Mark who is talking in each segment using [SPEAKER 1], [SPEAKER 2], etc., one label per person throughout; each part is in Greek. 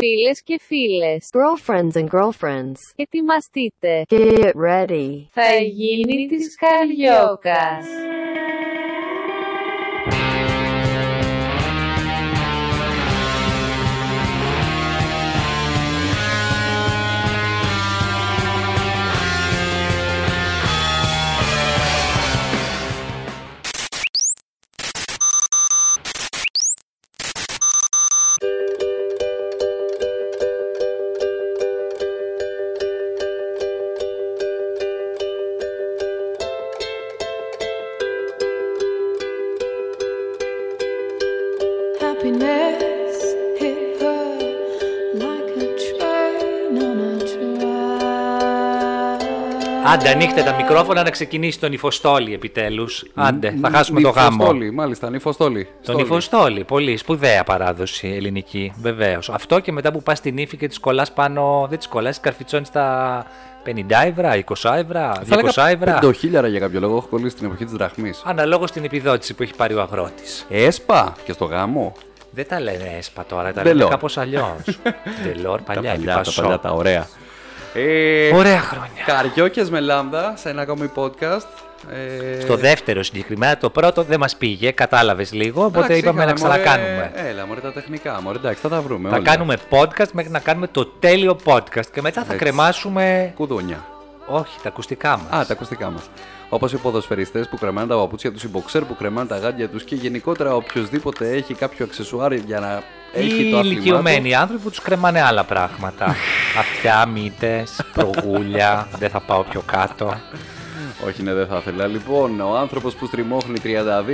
[SPEAKER 1] Φίλες και φίλες,
[SPEAKER 2] girlfriends and girlfriends,
[SPEAKER 1] ετοιμαστείτε.
[SPEAKER 2] get ready.
[SPEAKER 1] Θα γίνει της Καριόκας.
[SPEAKER 3] Happiness hit her like a train on a track.
[SPEAKER 4] Άντε, ανοίχτε τα μικρόφωνα να ξεκινήσει τον Ιφοστόλη επιτέλους. Άντε, θα χάσουμε το γάμο.
[SPEAKER 5] Νυφοστόλη, μάλιστα, νυφοστόλη.
[SPEAKER 4] Τον Ιφοστόλη. Πολύ σπουδαία παράδοση ελληνική, βεβαίως. Αυτό και μετά που πας στην ύφη και τη κολλάς πάνω. Δεν της κολλάς, της καρφιτσώνεις στα 50 ευρώ, 20 ευρώ, 200 ευρώ.
[SPEAKER 5] Πεντοχίλιαρα για κάποιο λόγο έχω κολλήσει την εποχή της δραχμής.
[SPEAKER 4] Αναλόγως την επιδότηση που έχει πάρει ο αγρότης.
[SPEAKER 5] Έσπα και στο γάμο.
[SPEAKER 4] Δεν τα λένε έσπα τώρα, τα λένε
[SPEAKER 5] Ντελόρ.
[SPEAKER 4] κάπως αλλιώς. Τελόρ, παλιά,
[SPEAKER 5] τα
[SPEAKER 4] λιπασό.
[SPEAKER 5] παλιά, τα ωραία. Ε,
[SPEAKER 4] Ωραία χρόνια.
[SPEAKER 5] Καριόκες με λάμδα σε ένα ακόμη podcast. Ε,
[SPEAKER 4] Στο δεύτερο συγκεκριμένα, το πρώτο δεν μας πήγε, κατάλαβες λίγο, οπότε
[SPEAKER 5] εντάξει,
[SPEAKER 4] είπαμε να
[SPEAKER 5] είχαμε, ε, μωρέ,
[SPEAKER 4] ξανακάνουμε.
[SPEAKER 5] Έλα, μωρέ τα τεχνικά. Μωρέ, εντάξει, θα τα βρούμε.
[SPEAKER 4] Θα
[SPEAKER 5] όλα.
[SPEAKER 4] κάνουμε podcast μέχρι να κάνουμε το τέλειο podcast και μετά θα
[SPEAKER 5] Έτσι.
[SPEAKER 4] κρεμάσουμε.
[SPEAKER 5] Κουδούνια.
[SPEAKER 4] Όχι, τα ακουστικά μας.
[SPEAKER 5] Α, τα ακουστικά μας. Όπως οι ποδοσφαιριστές που κρεμάνε τα παπούτσια τους, οι μποξέρ που κρεμάνε τα γάντια τους και γενικότερα οποιοδήποτε έχει κάποιο αξεσουάρι για να έχει
[SPEAKER 4] Οι
[SPEAKER 5] το άθλημά του.
[SPEAKER 4] ηλικιωμένοι άνθρωποι που τους κρεμάνε άλλα πράγματα. Αυτιά, μύτες, προγούλια. δεν θα πάω πιο κάτω.
[SPEAKER 5] Όχι, ναι, δεν θα ήθελα. Λοιπόν, ο άνθρωπος που στριμώχνει 32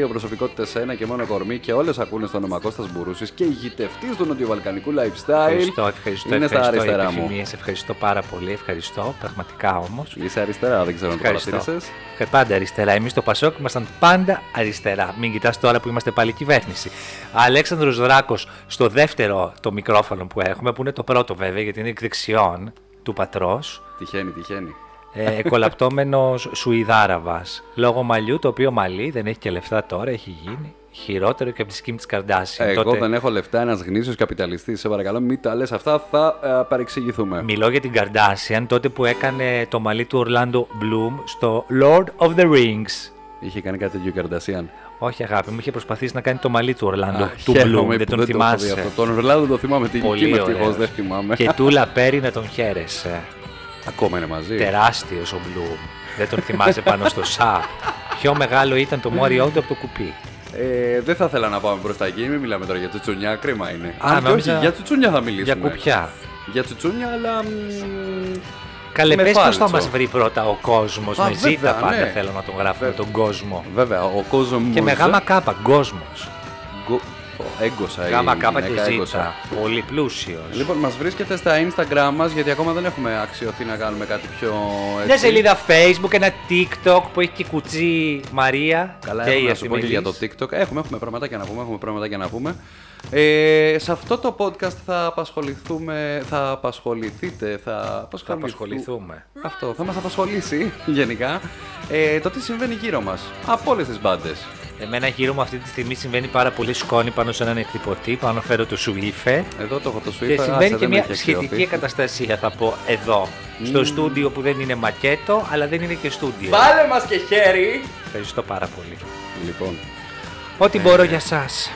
[SPEAKER 5] προσωπικότητες ένα και μόνο κορμί και όλες ακούνε στο όνομα Κώστας Μπουρούσης και ηγητευτής του νοτιοβαλκανικού lifestyle.
[SPEAKER 4] Ευχαριστώ, ευχαριστώ.
[SPEAKER 5] Είναι στα
[SPEAKER 4] ευχαριστώ,
[SPEAKER 5] αριστερά
[SPEAKER 4] οι
[SPEAKER 5] μου.
[SPEAKER 4] επιθυμίες. Ευχαριστώ πάρα πολύ. Ευχαριστώ, πραγματικά όμως.
[SPEAKER 5] Είσαι αριστερά, δεν ξέρω αν το παρατήρησε.
[SPEAKER 4] Ε, Πάντα αριστερά. Εμείς στο Πασόκ ήμασταν πάντα αριστερά. Μην κοιτάς τώρα που είμαστε πάλι κυβέρνηση. Αλέξανδρος Δράκος στο δεύτερο το μικρόφωνο που έχουμε, που είναι το πρώτο βέβαια, γιατί είναι εκ δεξιών του πατρός.
[SPEAKER 5] Τυχαίνει, τυχαίνει.
[SPEAKER 4] Ε, κολαπτόμενο Σουηδάραβας. Λόγω μαλλιού, το οποίο μαλλί δεν έχει και λεφτά τώρα, έχει γίνει χειρότερο και από τη σκήμη τη Καρντάση.
[SPEAKER 5] Εγώ δεν έχω λεφτά, ένας γνήσιος καπιταλιστής. Σε παρακαλώ, μην τα λες αυτά, θα ε, παρεξηγηθούμε.
[SPEAKER 4] Μιλώ για την Καρντάσιαν τότε που έκανε το μαλλί του Ορλάντο Bloom στο Lord of the Rings.
[SPEAKER 5] Είχε κάνει κάτι τέτοιο Καρντασίαν.
[SPEAKER 4] Όχι, αγάπη μου, είχε προσπαθήσει να κάνει το μαλλί του Ορλάντο.
[SPEAKER 5] Α,
[SPEAKER 4] του
[SPEAKER 5] χαίρομαι
[SPEAKER 4] Bloom,
[SPEAKER 5] που
[SPEAKER 4] δεν τον
[SPEAKER 5] το έχω δει
[SPEAKER 4] θυμάσαι.
[SPEAKER 5] αυτό. Τον Ρολάντο τον θυμάμαι την
[SPEAKER 4] Πολύ
[SPEAKER 5] Πολύ ευτυχώ
[SPEAKER 4] ωραίος.
[SPEAKER 5] δεν θυμάμαι.
[SPEAKER 4] Και τούλα πέρι να τον χαίρεσαι.
[SPEAKER 5] Ακόμα είναι μαζί.
[SPEAKER 4] Τεράστιος ο Bloom. Δεν τον θυμάσαι πάνω στο σα. Πιο μεγάλο ήταν το μόριό του από το κουπί.
[SPEAKER 5] Ε, δεν θα ήθελα να πάμε προ τα εκεί, μην μιλάμε τώρα για τσουτσουνιά, κρίμα είναι.
[SPEAKER 4] Α,
[SPEAKER 5] Αν και
[SPEAKER 4] νόμιζα-
[SPEAKER 5] όχι, για τσουτσουνιά θα
[SPEAKER 4] Για
[SPEAKER 5] μιλήσουμε.
[SPEAKER 4] κουπιά.
[SPEAKER 5] Για τσουτσούνια, αλλά. μ,
[SPEAKER 4] Καλέ,
[SPEAKER 5] με
[SPEAKER 4] πες πώς θα
[SPEAKER 5] φάλτσο.
[SPEAKER 4] μας βρει πρώτα ο κόσμος.
[SPEAKER 5] Α,
[SPEAKER 4] Με ζήτα
[SPEAKER 5] βέβαια,
[SPEAKER 4] πάντα
[SPEAKER 5] ναι.
[SPEAKER 4] θέλω να τον γράφουμε, τον κόσμο.
[SPEAKER 5] Βέβαια, ο κόσμος μου.
[SPEAKER 4] Και με γάμα κάπα, κόσμος.
[SPEAKER 5] Έγκωσα, η
[SPEAKER 4] Γάμα κάπα και
[SPEAKER 5] γυναίκα, έγκωσα.
[SPEAKER 4] ζήτα. Πολύ πλούσιος.
[SPEAKER 5] Λοιπόν, μας βρίσκεται στα Instagram μας γιατί ακόμα δεν έχουμε αξιωθεί να κάνουμε κάτι πιο. έτσι.
[SPEAKER 4] Μια σελίδα Facebook, ένα TikTok που έχει και η κουτσή Μαρία.
[SPEAKER 5] Καλά,
[SPEAKER 4] και
[SPEAKER 5] έχω
[SPEAKER 4] η
[SPEAKER 5] να σου πω και
[SPEAKER 4] Εφημερίδα.
[SPEAKER 5] για το TikTok. Έχουμε, έχουμε πραγματάκια να πούμε. Έχουμε πραγματάκια να πούμε. Ε, σε αυτό το podcast θα απασχοληθούμε. Θα απασχοληθείτε. Θα,
[SPEAKER 4] Θα απασχοληθούμε.
[SPEAKER 5] Αυτό θα μας απασχολήσει γενικά ε, το τι συμβαίνει γύρω μας από όλες τις μπάντες.
[SPEAKER 4] Εμένα γύρω μου αυτή τη στιγμή συμβαίνει πάρα πολύ σκόνη πάνω σε έναν εκτυπωτή, πάνω φέρω το σουίφε.
[SPEAKER 5] Εδώ το έχω το Swift.
[SPEAKER 4] Και
[SPEAKER 5] άσε,
[SPEAKER 4] συμβαίνει και
[SPEAKER 5] δεν
[SPEAKER 4] μια
[SPEAKER 5] έχει
[SPEAKER 4] σχετική
[SPEAKER 5] αξιωθεί.
[SPEAKER 4] καταστασία, θα πω, εδώ. Στο στούντιο που δεν είναι μακέτο, αλλά δεν είναι και στούντιο.
[SPEAKER 5] Βάλε μας και χέρι!
[SPEAKER 4] Ευχαριστώ πάρα πολύ.
[SPEAKER 5] Λοιπόν,
[SPEAKER 4] Ό,τι μπορώ για σας.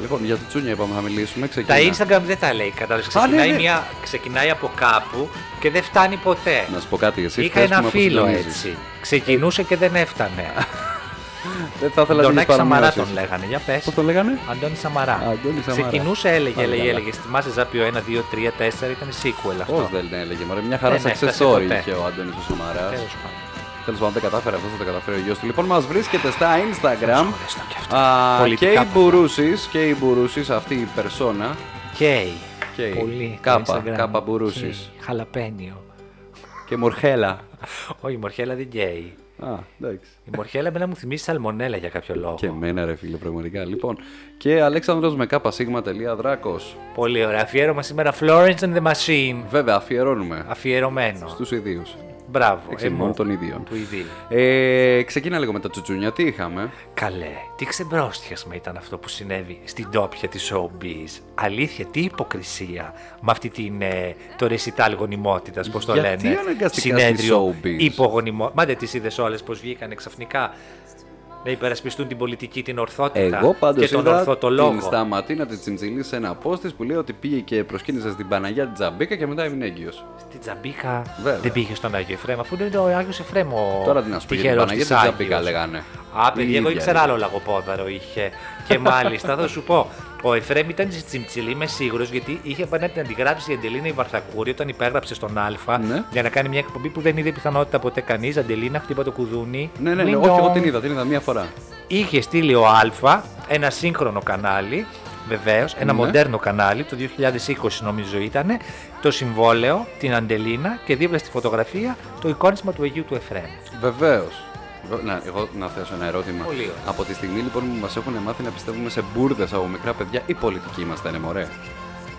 [SPEAKER 5] λοιπόν για το τσούνια είπαμε θα μιλήσουμε.
[SPEAKER 4] Τα
[SPEAKER 5] Ξεκινά.
[SPEAKER 4] Instagram δεν τα λέει, κατάλαβες.
[SPEAKER 5] Α, ναι,
[SPEAKER 4] Ξεκινάει,
[SPEAKER 5] ναι.
[SPEAKER 4] μια- ξεκινάει από κάπου και δεν φτάνει ποτέ.
[SPEAKER 5] Να σου πω κάτι, εσύ
[SPEAKER 4] Είχα
[SPEAKER 5] φταίς που
[SPEAKER 4] ένα
[SPEAKER 5] με
[SPEAKER 4] φίλο
[SPEAKER 5] αποσυντονίζεις.
[SPEAKER 4] έτσι. Ξεκινούσε και δεν έφτανε.
[SPEAKER 5] Δεν Ε, θα ήθελα να γίνεις
[SPEAKER 4] Αντωνάκη Σαμαρά
[SPEAKER 5] παρομοιώσεις.
[SPEAKER 4] τον λέγανε, για πες.
[SPEAKER 5] Πώς το λέγανε?
[SPEAKER 4] Αντώνη Σαμαρά.
[SPEAKER 5] Αντώνη Σαμαρά.
[SPEAKER 4] Ξεκινούσε, έλεγε,
[SPEAKER 5] Πάλι
[SPEAKER 4] έλεγε,
[SPEAKER 5] καλά.
[SPEAKER 4] έλεγε. Θυμάσαι Ζάπιο 1, 2, 3, 4, ήταν sequel αυτό.
[SPEAKER 5] Πώς δεν έλεγε, μωρέ, μια χαρά
[SPEAKER 4] Δεν
[SPEAKER 5] σε
[SPEAKER 4] έφτασε
[SPEAKER 5] accessory
[SPEAKER 4] ποτέ.
[SPEAKER 5] είχε ο Άντωνης ο Σαμαράς.
[SPEAKER 4] Τέλος πάντων.
[SPEAKER 5] Τέλος πάντων δεν κατάφερε αυτός, θα το καταφέρει ο γιος του. Λοιπόν, μας βρίσκεται στα Instagram.
[SPEAKER 4] Σχολέστο και αυτό.
[SPEAKER 5] Α, και
[SPEAKER 4] Πολιτικά
[SPEAKER 5] οι
[SPEAKER 4] πάντα.
[SPEAKER 5] Μπουρούσης, και η Μπουρούσης, αυτή η περσόνα,
[SPEAKER 4] Κέι.
[SPEAKER 5] Κέι.
[SPEAKER 4] Πολύ.
[SPEAKER 5] Κάπα,
[SPEAKER 4] Instagram.
[SPEAKER 5] κάπα μπουρούσης.
[SPEAKER 4] Κέι. Χαλαπένιο.
[SPEAKER 5] Και μορχέλα.
[SPEAKER 4] Όχι, η Μορχέλα δεν καίει.
[SPEAKER 5] Α, εντάξει.
[SPEAKER 4] Η Μορχέλα εμένα μου θυμίζει σαλμονέλα για κάποιο λόγο.
[SPEAKER 5] Και εμένα ρε φίλε πραγματικά. Λοιπόν, και Αλέξανδρος με κσίγμα.δράκος.
[SPEAKER 4] Πολύ ωραία. Αφιέρωμα σήμερα Florence and the Machine.
[SPEAKER 5] Βέβαια αφιερώνουμε
[SPEAKER 4] Αφιερωμένο.
[SPEAKER 5] στους ιδίους.
[SPEAKER 4] Μπράβο.
[SPEAKER 5] Εξημών
[SPEAKER 4] εμού.
[SPEAKER 5] των ιδίων.
[SPEAKER 4] Του ιδίου.
[SPEAKER 5] Ε, ξεκίνα λίγο με τα τσουτσούνια. Τι είχαμε.
[SPEAKER 4] Καλέ, τι ξεμπρόστιασμα ήταν αυτό που συνέβη στην τόπια της showbiz. Αλήθεια, τι υποκρισία με αυτή την, ε, το ρεσιτάλ γονιμότητας, πώς το
[SPEAKER 5] Γιατί
[SPEAKER 4] λένε.
[SPEAKER 5] αναγκαστικά στη showbiz?
[SPEAKER 4] υπογονιμότητα. Μάντε τις είδες όλες πως βγήκανε ξαφνικά να υπερασπιστούν την πολιτική, την ορθότητα
[SPEAKER 5] Εγώ πάντως
[SPEAKER 4] και τον ορθό
[SPEAKER 5] είδα
[SPEAKER 4] το λόγο.
[SPEAKER 5] την σταματή να τη τσιμτσιλεί σε ένα post της που λέει ότι πήγε και προσκύνησε στην Παναγιά την Τζαμπίκα και μετά έμεινε έγκυος.
[SPEAKER 4] Στην Τζαμπίκα
[SPEAKER 5] Βέβαια.
[SPEAKER 4] δεν πήγε στον Άγιο Εφραίμ, αφού είναι ο Άγιος Εφραίμ ο
[SPEAKER 5] Τώρα τι να σου πω για την
[SPEAKER 4] τυχερός
[SPEAKER 5] Παναγία
[SPEAKER 4] της
[SPEAKER 5] την
[SPEAKER 4] Άγιος.
[SPEAKER 5] Τζαμπίκα λέγανε.
[SPEAKER 4] Α,
[SPEAKER 5] Η
[SPEAKER 4] παιδιά, εγώ
[SPEAKER 5] ίδια
[SPEAKER 4] ήξερα
[SPEAKER 5] είναι.
[SPEAKER 4] άλλο λαγοπόδαρο είχε. Και μάλιστα θα σου πω, ο Εφρέμ ήταν στη Τσιμτσιλή, είμαι σίγουρος, γιατί είχε πάει να την αντιγράψει η Αντελίνα η Βαρθακούρη όταν υπέγραψε στον Α
[SPEAKER 5] Ναι.
[SPEAKER 4] για να κάνει μια εκπομπή που δεν είδε πιθανότητα ποτέ κανείς. Αντελίνα, χτύπα το κουδούνι.
[SPEAKER 5] Ναι, ναι, ναι,
[SPEAKER 4] Ding
[SPEAKER 5] όχι, εγώ
[SPEAKER 4] dong.
[SPEAKER 5] την είδα, την είδα μία φορά.
[SPEAKER 4] Είχε στείλει ο Α ένα σύγχρονο κανάλι, βεβαίως, ένα
[SPEAKER 5] Ναι.
[SPEAKER 4] μοντέρνο κανάλι, το 2020 νομίζω ήταν, το συμβόλαιο, την Αντελίνα και δίπλα στη φωτογραφία το εικόνισμα του Αγίου του Εφρέμ.
[SPEAKER 5] Βεβαίω. Να, εγώ να θέσω ένα ερώτημα.
[SPEAKER 4] Πολύ ωραία.
[SPEAKER 5] Από τη στιγμή λοιπόν που μας έχουν μάθει να πιστεύουμε σε μπουρδες από μικρά παιδιά, οι πολιτικοί ήμασταν, μωρέ.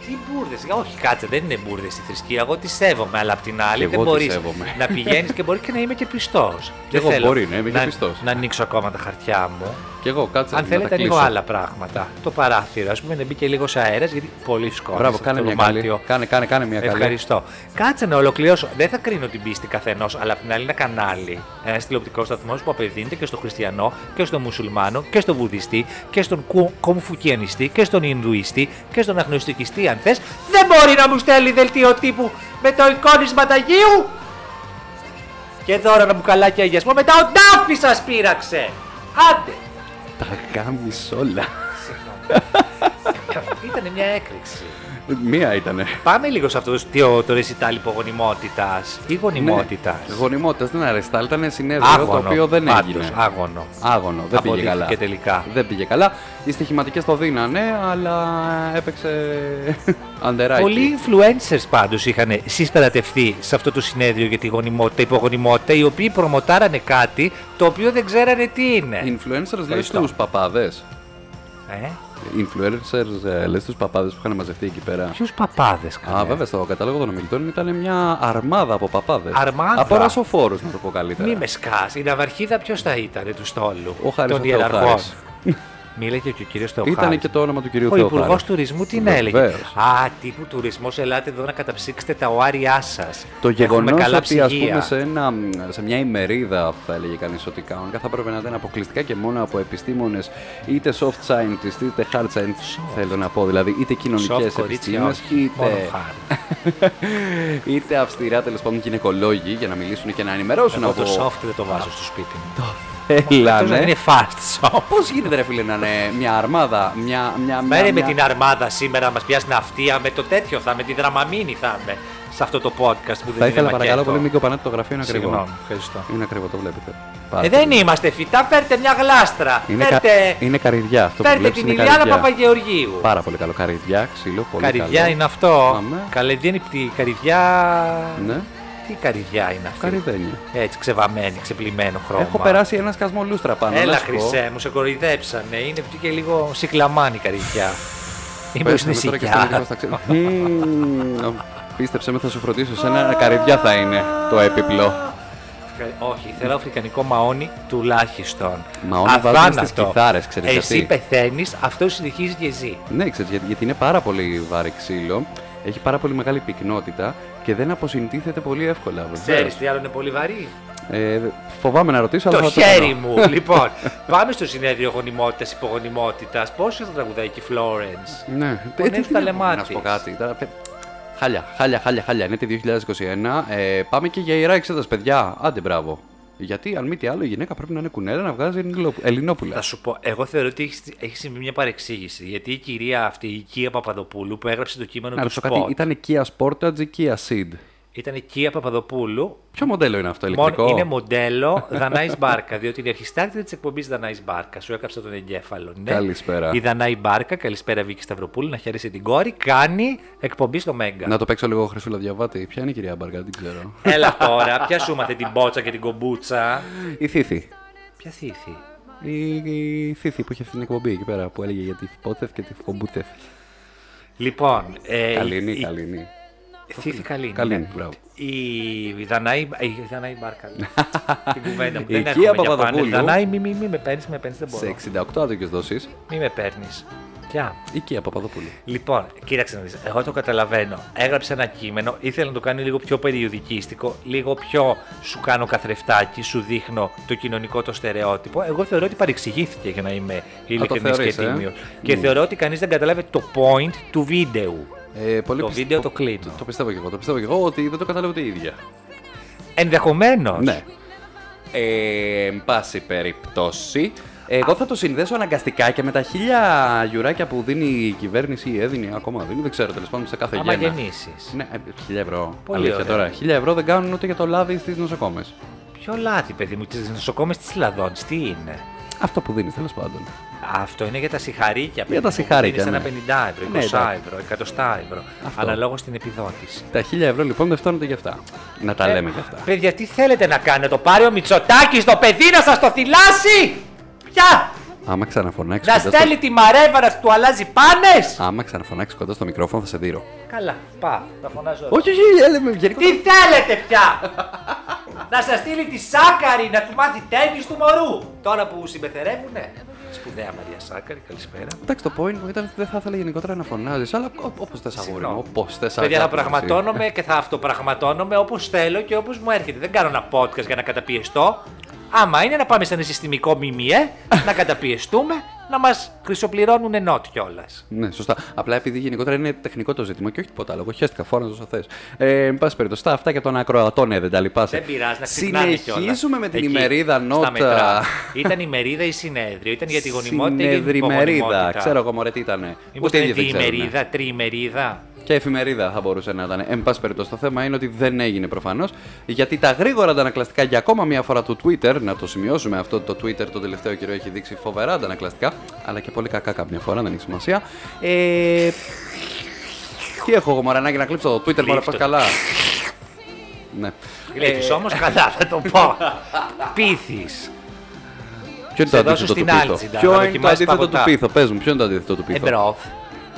[SPEAKER 4] Τι μπουρδες, όχι κάτσε, δεν είναι μπουρδες η θρησκεία. Εγώ τη σέβομαι, αλλά απ' την άλλη
[SPEAKER 5] Κι
[SPEAKER 4] δεν
[SPEAKER 5] εγώ τη
[SPEAKER 4] μπορείς
[SPEAKER 5] σέβομαι.
[SPEAKER 4] να πηγαίνεις και μπορεί και να είμαι και πιστός.
[SPEAKER 5] εγώ μπορεί να είμαι και
[SPEAKER 4] να,
[SPEAKER 5] πιστός.
[SPEAKER 4] Να ανοίξω ακόμα τα χαρτιά μου.
[SPEAKER 5] Κι εγώ, κάτσε
[SPEAKER 4] Αν
[SPEAKER 5] να
[SPEAKER 4] θέλετε,
[SPEAKER 5] τα
[SPEAKER 4] ανοίγω
[SPEAKER 5] κλείσω.
[SPEAKER 4] άλλα πράγματα. Το παράθυρο, ας πούμε, να μπει και λίγο αέρας, γιατί πολύ σκόρπι.
[SPEAKER 5] Μπράβο, κάνε
[SPEAKER 4] το
[SPEAKER 5] μια καλή.
[SPEAKER 4] δωμάτιο.
[SPEAKER 5] Κάνε, κάνε, κάνε μια καλή.
[SPEAKER 4] Ευχαριστώ. Κάτσε να ολοκληρώσω. Δεν θα κρίνω την πίστη καθενός, αλλά απ' την άλλη ένα κανάλι. Ένα τηλεοπτικό σταθμός που απευθύνεται και στο χριστιανό και στον μουσουλμάνο και στον βουδιστή και στον κου- κομφουκιανιστή και στον Ινδουιστή και στον αγνωστικιστή. Αν θες, δεν μπορεί να μου στέλνει δελτίο τύπου με το εικόνισμα ταγίου και δώρα να μου καλά και αγιασμό. Μετά ο Ντάφη σας πείραξε. Άντε!
[SPEAKER 5] Τα γάμεις όλα.
[SPEAKER 4] Ήταν μια έκρηξη.
[SPEAKER 5] Μία ήτανε.
[SPEAKER 4] Πάμε λίγο σε αυτό το, στοιχείο, το ρεσιτάλ υπογονιμότητα ή γονιμότητας.
[SPEAKER 5] Γονιμότητας Ναι. δεν αρέσει. Τα ήταν συνέδριο το οποίο δεν έγινε.
[SPEAKER 4] Άγωνο.
[SPEAKER 5] Άγωνο, δεν πήγε
[SPEAKER 4] Αποδείχθηκε
[SPEAKER 5] καλά.
[SPEAKER 4] τελικά.
[SPEAKER 5] Δεν πήγε καλά. Οι στοιχηματικές το δίνανε, αλλά έπαιξε αντεράκι.
[SPEAKER 4] Πολλοί influencers πάντως είχαν συστρατευτεί σε αυτό το συνέδριο για τη γονιμότητα, υπογονιμότητα, οι οποίοι προμοτάρανε κάτι το οποίο δεν ξέρανε τι είναι.
[SPEAKER 5] Influencers λέει
[SPEAKER 4] Ευχαριστώ.
[SPEAKER 5] στου παπάδες.
[SPEAKER 4] Ε?
[SPEAKER 5] Influencers ε, λέει στου παπάδες που είχαν μαζευτεί εκεί πέρα.
[SPEAKER 4] Ποιους παπάδες καλέ.
[SPEAKER 5] Α, βέβαια, στο κατάλογο των ομιλητών ήταν μια αρμάδα από παπάδες.
[SPEAKER 4] Αρμάδα.
[SPEAKER 5] Από ρασοφόρου, να το πω καλύτερα.
[SPEAKER 4] Μη με σκάς. Η ναυαρχίδα ποιος θα ήταν του στόλου.
[SPEAKER 5] Ο Χάρης
[SPEAKER 4] των
[SPEAKER 5] ο
[SPEAKER 4] ιεραρχών.
[SPEAKER 5] Θεοχάρης.
[SPEAKER 4] Μίλαγε και ο κύριος Θεοχάρης.
[SPEAKER 5] Ήταν και το όνομα του κυρίου
[SPEAKER 4] Ο
[SPEAKER 5] Θεοχάρη.
[SPEAKER 4] υπουργός τουρισμού την έλεγε.
[SPEAKER 5] Βεβαίως.
[SPEAKER 4] Α, τύπου τουρισμός, ελάτε εδώ να καταψύξετε τα οάριά σας.
[SPEAKER 5] Το γεγονό ότι ας πούμε σε, ένα, σε μια ημερίδα που θα έλεγε κανείς ότι κανονικά θα πρέπει να ήταν αποκλειστικά και μόνο από επιστήμονες είτε soft scientists είτε hard scientists. Θέλω να πω δηλαδή είτε κοινωνικές επιστήμε είτε, είτε αυστηρά τέλος πάντων γυναικολόγοι για να μιλήσουν και να ενημερώσουν
[SPEAKER 4] Εγώ
[SPEAKER 5] από
[SPEAKER 4] το soft δεν το βάζω στο σπίτι μου. Εκτός να
[SPEAKER 5] Έλανε.
[SPEAKER 4] είναι fast soft.
[SPEAKER 5] Πώς γίνεται, ρε φίλε, να είναι μια αρμάδα, μια. μια, μια,
[SPEAKER 4] Μέρε με
[SPEAKER 5] μια-
[SPEAKER 4] την αρμάδα σήμερα να μας πιάσει αυτία με το τέτοιο θα με τη δραμαμίνη θα με σε αυτό το podcast που
[SPEAKER 5] Θα
[SPEAKER 4] δεν είναι
[SPEAKER 5] ήθελα παρακαλώ
[SPEAKER 4] μακέτο.
[SPEAKER 5] πολύ, μην κοπανάτε το γραφείο, είναι ακριβό.
[SPEAKER 4] Συγγνώμη, ευχαριστώ.
[SPEAKER 5] Είναι ακριβό, το βλέπετε.
[SPEAKER 4] Ε,
[SPEAKER 5] Πάρα
[SPEAKER 4] δεν
[SPEAKER 5] πολύ.
[SPEAKER 4] είμαστε φυτά, φέρτε μια γλάστρα.
[SPEAKER 5] Είναι, κα...
[SPEAKER 4] φέρτε
[SPEAKER 5] είναι καρυδιά αυτό που
[SPEAKER 4] φέρτε
[SPEAKER 5] βλέπεις,
[SPEAKER 4] την
[SPEAKER 5] είναι
[SPEAKER 4] Ηλιάνα
[SPEAKER 5] καρυδιά.
[SPEAKER 4] Παπαγεωργίου.
[SPEAKER 5] Πάρα πολύ καλό. Καρυδιά, ξύλο, πολύ
[SPEAKER 4] Καρυδιά
[SPEAKER 5] καλό.
[SPEAKER 4] είναι αυτό.
[SPEAKER 5] Πάμε.
[SPEAKER 4] Καλεδιά είναι η καρυδιά.
[SPEAKER 5] Ναι,
[SPEAKER 4] Τι καρυδιά είναι αυτή.
[SPEAKER 5] καρυδένια.
[SPEAKER 4] Έτσι, ξεβαμένη, ξεπλημμένο χρώμα.
[SPEAKER 5] Έχω περάσει ένα σκασμό λούστρα πάνω. να
[SPEAKER 4] Έλα,
[SPEAKER 5] σου πω.
[SPEAKER 4] χρυσέ μου, σε κοροϊδέψανε. Είναι και λίγο συκλαμάνη η καρυδιά. Ήμουν
[SPEAKER 5] Πες
[SPEAKER 4] στην
[SPEAKER 5] με τώρα και στο
[SPEAKER 4] Ισικιά.
[SPEAKER 5] ελληνικό στα ξύλα. Μμμ, Πίστεψε με, θα σου φροντίσω. Σε ένα καρυδιά θα είναι το έπιπλο.
[SPEAKER 4] Ευχα- Ε, Όχι, θέλω αφρικανικό μαόνι τουλάχιστον.
[SPEAKER 5] Μαόνι
[SPEAKER 4] Αθάνατο.
[SPEAKER 5] βάζουν στις κιθάρες, ξέρεις
[SPEAKER 4] Εσύ
[SPEAKER 5] γιατί.
[SPEAKER 4] πεθαίνεις, αυτό συνεχίζει και ζει.
[SPEAKER 5] Ναι, ξέρεις, γιατί, γιατί είναι πάρα πολύ βάρη ξύλο. Έχει πάρα πολύ μεγάλη πυκνότητα και δεν αποσυντήθεται πολύ εύκολα. βεβαίως.
[SPEAKER 4] Ξέρεις τι άλλο είναι πολύ βαρύ.
[SPEAKER 5] Ε, φοβάμαι να ρωτήσω, αλλά
[SPEAKER 4] Το
[SPEAKER 5] θα το κάνω.
[SPEAKER 4] χέρι μου. λοιπόν, πάμε στο συνέδριο γονιμότητας υπογονιμότητας. Πόσο θα τραγουδάει και η Φλόρεν.
[SPEAKER 5] Ναι,
[SPEAKER 4] Πονεύει
[SPEAKER 5] τι- τι-
[SPEAKER 4] τα
[SPEAKER 5] τι-
[SPEAKER 4] λαιμά
[SPEAKER 5] Να σου πω
[SPEAKER 4] της.
[SPEAKER 5] κάτι. Τώρα, τε- Χάλια, χάλια, χάλια, χάλια. Είναι το 2021. Ε, πάμε και για ιερά εξέταση, παιδιά. Άντε, μπράβο. Γιατί, αν μη τι άλλο, η γυναίκα πρέπει να είναι κουνέλα να βγάζει ελληνο- Ελληνόπουλα.
[SPEAKER 4] Θα σου πω, εγώ θεωρώ ότι έχει, έχει συμβεί μια παρεξήγηση. Γιατί η κυρία αυτή, η Κία Παπαδοπούλου, που έγραψε το κείμενο
[SPEAKER 5] Να
[SPEAKER 4] του
[SPEAKER 5] ρωτήσω
[SPEAKER 4] σποτ,
[SPEAKER 5] κάτι. Ήταν Kia Sportage ή Kia Ceed.
[SPEAKER 4] ήταν η Κία Παπαδοπούλου.
[SPEAKER 5] Ποιο μοντέλο είναι αυτό,
[SPEAKER 4] Μόνο
[SPEAKER 5] ηλεκτρικό.
[SPEAKER 4] είναι μοντέλο Δανάης Μπάρκα, διότι είναι αρχιστάκτρια της εκπομπής Δανάης Μπάρκα. Σου έκαψα τον εγκέφαλο. Ναι.
[SPEAKER 5] Καλησπέρα.
[SPEAKER 4] Η Δανάη Μπάρκα, καλησπέρα Βίκη Σταυροπούλου, να χαίρεσαι την κόρη, κάνει εκπομπή στο Μέγκα.
[SPEAKER 5] Να το παίξω λίγο Χρυσούλα Διαβάτη. Ποια είναι η κυρία Μπαρκα, δεν ξέρω.
[SPEAKER 4] Έλα τώρα, πιασούματε την μπότσα και την κομπούτσα.
[SPEAKER 5] η Θήθη.
[SPEAKER 4] Ποια θήθη.
[SPEAKER 5] Η, η Θήθη που είχε αυτή την εκπομπή εκεί πέρα που έλεγε για τη Φπότεθ και τη Φπομπούτεθ.
[SPEAKER 4] Λοιπόν, ε,
[SPEAKER 5] Καληνή,
[SPEAKER 4] η-
[SPEAKER 5] καληνή.
[SPEAKER 4] Θήθη Καλίνη.
[SPEAKER 5] Καλή,
[SPEAKER 4] ναι.
[SPEAKER 5] μπράβο.
[SPEAKER 4] Η Δανάη, η Δανάη Μπάρκα. Την κουβέντα μου.
[SPEAKER 5] Η
[SPEAKER 4] Δεν
[SPEAKER 5] Κία
[SPEAKER 4] έρχομαι για πάνελ.
[SPEAKER 5] Παπαδοπούλου.
[SPEAKER 4] Δανάη, μη, μη, μη με παίρνεις, με παίρνεις, δεν μπορώ.
[SPEAKER 5] Σε 68 άδικες δόσεις,
[SPEAKER 4] Μη με παίρνεις. Πια.
[SPEAKER 5] η Κία Παπαδοπούλου.
[SPEAKER 4] Λοιπόν, κοίταξε να δεις, εγώ το καταλαβαίνω. Έγραψε ένα κείμενο, ήθελα να το κάνει λίγο πιο περιοδικίστικο, λίγο πιο σου κάνω καθρεφτάκι, σου δείχνω το κοινωνικό το στερεότυπο. Εγώ θεωρώ ότι παρεξηγήθηκε για να είμαι ειλικρινής και
[SPEAKER 5] θεωρείς, ε?
[SPEAKER 4] τίμιος. Και
[SPEAKER 5] Ναι.
[SPEAKER 4] θεωρώ ότι κανείς δεν καταλάβει το point του βίντεου.
[SPEAKER 5] Ε, πολύ
[SPEAKER 4] Το
[SPEAKER 5] πιστε-
[SPEAKER 4] βίντεο το κλείνω.
[SPEAKER 5] Το πιστεύω και εγώ. Το πιστεύω και εγώ ότι δεν το κατάλαβε ούτε η ίδια.
[SPEAKER 4] Ενδεχομένως.
[SPEAKER 5] Ναι. Ε, εν πάση περιπτώσει, εγώ θα το συνδέσω αναγκαστικά και με τα χίλια γιουράκια που δίνει η κυβέρνηση ή έδινε ακόμα δίνει, δεν ξέρω τέλος πάντων σε κάθε
[SPEAKER 4] Άμα
[SPEAKER 5] γέννα.
[SPEAKER 4] γεννήσεις.
[SPEAKER 5] Ναι, ε, χίλια ευρώ.
[SPEAKER 4] Πολύ
[SPEAKER 5] Αλήθεια
[SPEAKER 4] ωραία.
[SPEAKER 5] τώρα. Χίλια ευρώ δεν κάνουν ούτε για το λάδι στις νοσοκόμες.
[SPEAKER 4] Ποιο λάθη, παιδί μου, τις νοσοκόμες της Λαδόνης, τι είναι.
[SPEAKER 5] Αυτό που δίνει τέλος πάντων.
[SPEAKER 4] Αυτό είναι για τα σιχαρίκια.
[SPEAKER 5] τα σιχαρίκια,
[SPEAKER 4] Είναι
[SPEAKER 5] ναι.
[SPEAKER 4] ένα 50 ευρώ, 20
[SPEAKER 5] Ναι, εντάξει.
[SPEAKER 4] ευρώ, 100 ευρώ.
[SPEAKER 5] Αυτό.
[SPEAKER 4] Αναλόγως στην επιδότηση.
[SPEAKER 5] Τα χίλια ευρώ λοιπόν δεν φτάνονται για αυτά. Να τα λέμε για αυτά.
[SPEAKER 4] Παιδιά, τι θέλετε να κάνετε, το πάρει ο Μητσοτάκης το παιδί να σας το θυλάσει! Πια!
[SPEAKER 5] Άμα ξαναφωνάξεις
[SPEAKER 4] Να
[SPEAKER 5] κοντά, στο...
[SPEAKER 4] στέλνει τη μαρέβα να του αλλάζει πάνες!
[SPEAKER 5] Άμα ξαναφωνάξεις κοντά στο μικρόφωνο θα σε δείρω.
[SPEAKER 4] Καλά, πά, τα φωνάζω.
[SPEAKER 5] Όχι, όχι, έλε με γενικό.
[SPEAKER 4] Τι θέλετε πια! να σας στείλει τη Σάκαρη να του μάθει τέννη του μωρού! Τώρα που συμπεθερεύουνε. Σπουδαία Μαρία Σάκαρη, καλησπέρα.
[SPEAKER 5] Εντάξει, το point μου ήταν ότι δεν θα ήθελα γενικότερα να φωνάζεις, αλλά όπως θες αγόρι μου,
[SPEAKER 4] Συγγνώμη.
[SPEAKER 5] όπως θες αγόρι
[SPEAKER 4] Παιδιά, θα
[SPEAKER 5] μου, εσύ.
[SPEAKER 4] πραγματώνομαι και θα αυτοπραγματώνομαι όπως θέλω και όπως μου έρχεται. Δεν κάνω ένα podcast για να καταπιεστώ. Άμα είναι να πάμε σε ένα συστημικό μιμιέ, να καταπιεστούμε, να μας χρυσοπληρώνουν ενότ κιόλας.
[SPEAKER 5] Ναι, σωστά. Απλά επειδή γενικότερα είναι τεχνικό το ζήτημα και όχι τίποτα άλλο. Εγώ χαίστηκα, φόρνα όσο θες. Ε, εν πάση περιπτώσει, τα αυτά και των ακροατών, ε, δεν τα λυπάσαι.
[SPEAKER 4] Δεν πειράζει, να ξυπνάνε κιόλας.
[SPEAKER 5] Συνεχίζουμε με την ημερίδα νότα.
[SPEAKER 4] Ήταν ημερίδα ή συνέδριο, ήταν για τη γονιμότητα ή για την
[SPEAKER 5] Συνεδριμερίδα.
[SPEAKER 4] υπογονιμότητα.
[SPEAKER 5] Ξέρω εγώ, μωρέ, τι ήταν.
[SPEAKER 4] Μήπως
[SPEAKER 5] Ούτε
[SPEAKER 4] ήταν
[SPEAKER 5] ήδη δεν ναι. ξέρουνε.
[SPEAKER 4] διημερίδα, τριημερίδα.
[SPEAKER 5] Και εφημερίδα θα μπορούσε να ήταν. Εν πάση περιπτώσει, το θέμα είναι ότι δεν έγινε προφανώς. Γιατί τα γρήγορα αντανακλαστικά για ακόμα μία φορά του Twitter, να το σημειώσουμε αυτό, το Twitter το τελευταίο καιρό έχει δείξει φοβερά αντανακλαστικά, αλλά και πολύ κακά κάποια φορά, δεν έχει σημασία. Ε... Τι έχω εγώ μωρανάκι να κλείψω το Twitter, μωρέ,
[SPEAKER 4] Κλείφ'
[SPEAKER 5] πας
[SPEAKER 4] το.
[SPEAKER 5] καλά. ναι.
[SPEAKER 4] Γλέκεις όμως καλά, θα το πω. Πείθεις.
[SPEAKER 5] Ποιο είναι
[SPEAKER 4] σε
[SPEAKER 5] το
[SPEAKER 4] δώσω
[SPEAKER 5] αντίθετο του
[SPEAKER 4] στην
[SPEAKER 5] πίθο.
[SPEAKER 4] Άλτζιντα, να
[SPEAKER 5] Ποιο είναι το
[SPEAKER 4] δοκιμάσεις
[SPEAKER 5] αντίθετο του
[SPEAKER 4] παγωτά.
[SPEAKER 5] πίθο, πες μου, ποιο είναι το αντίθετο του πίθο.
[SPEAKER 4] Εμπρόθ.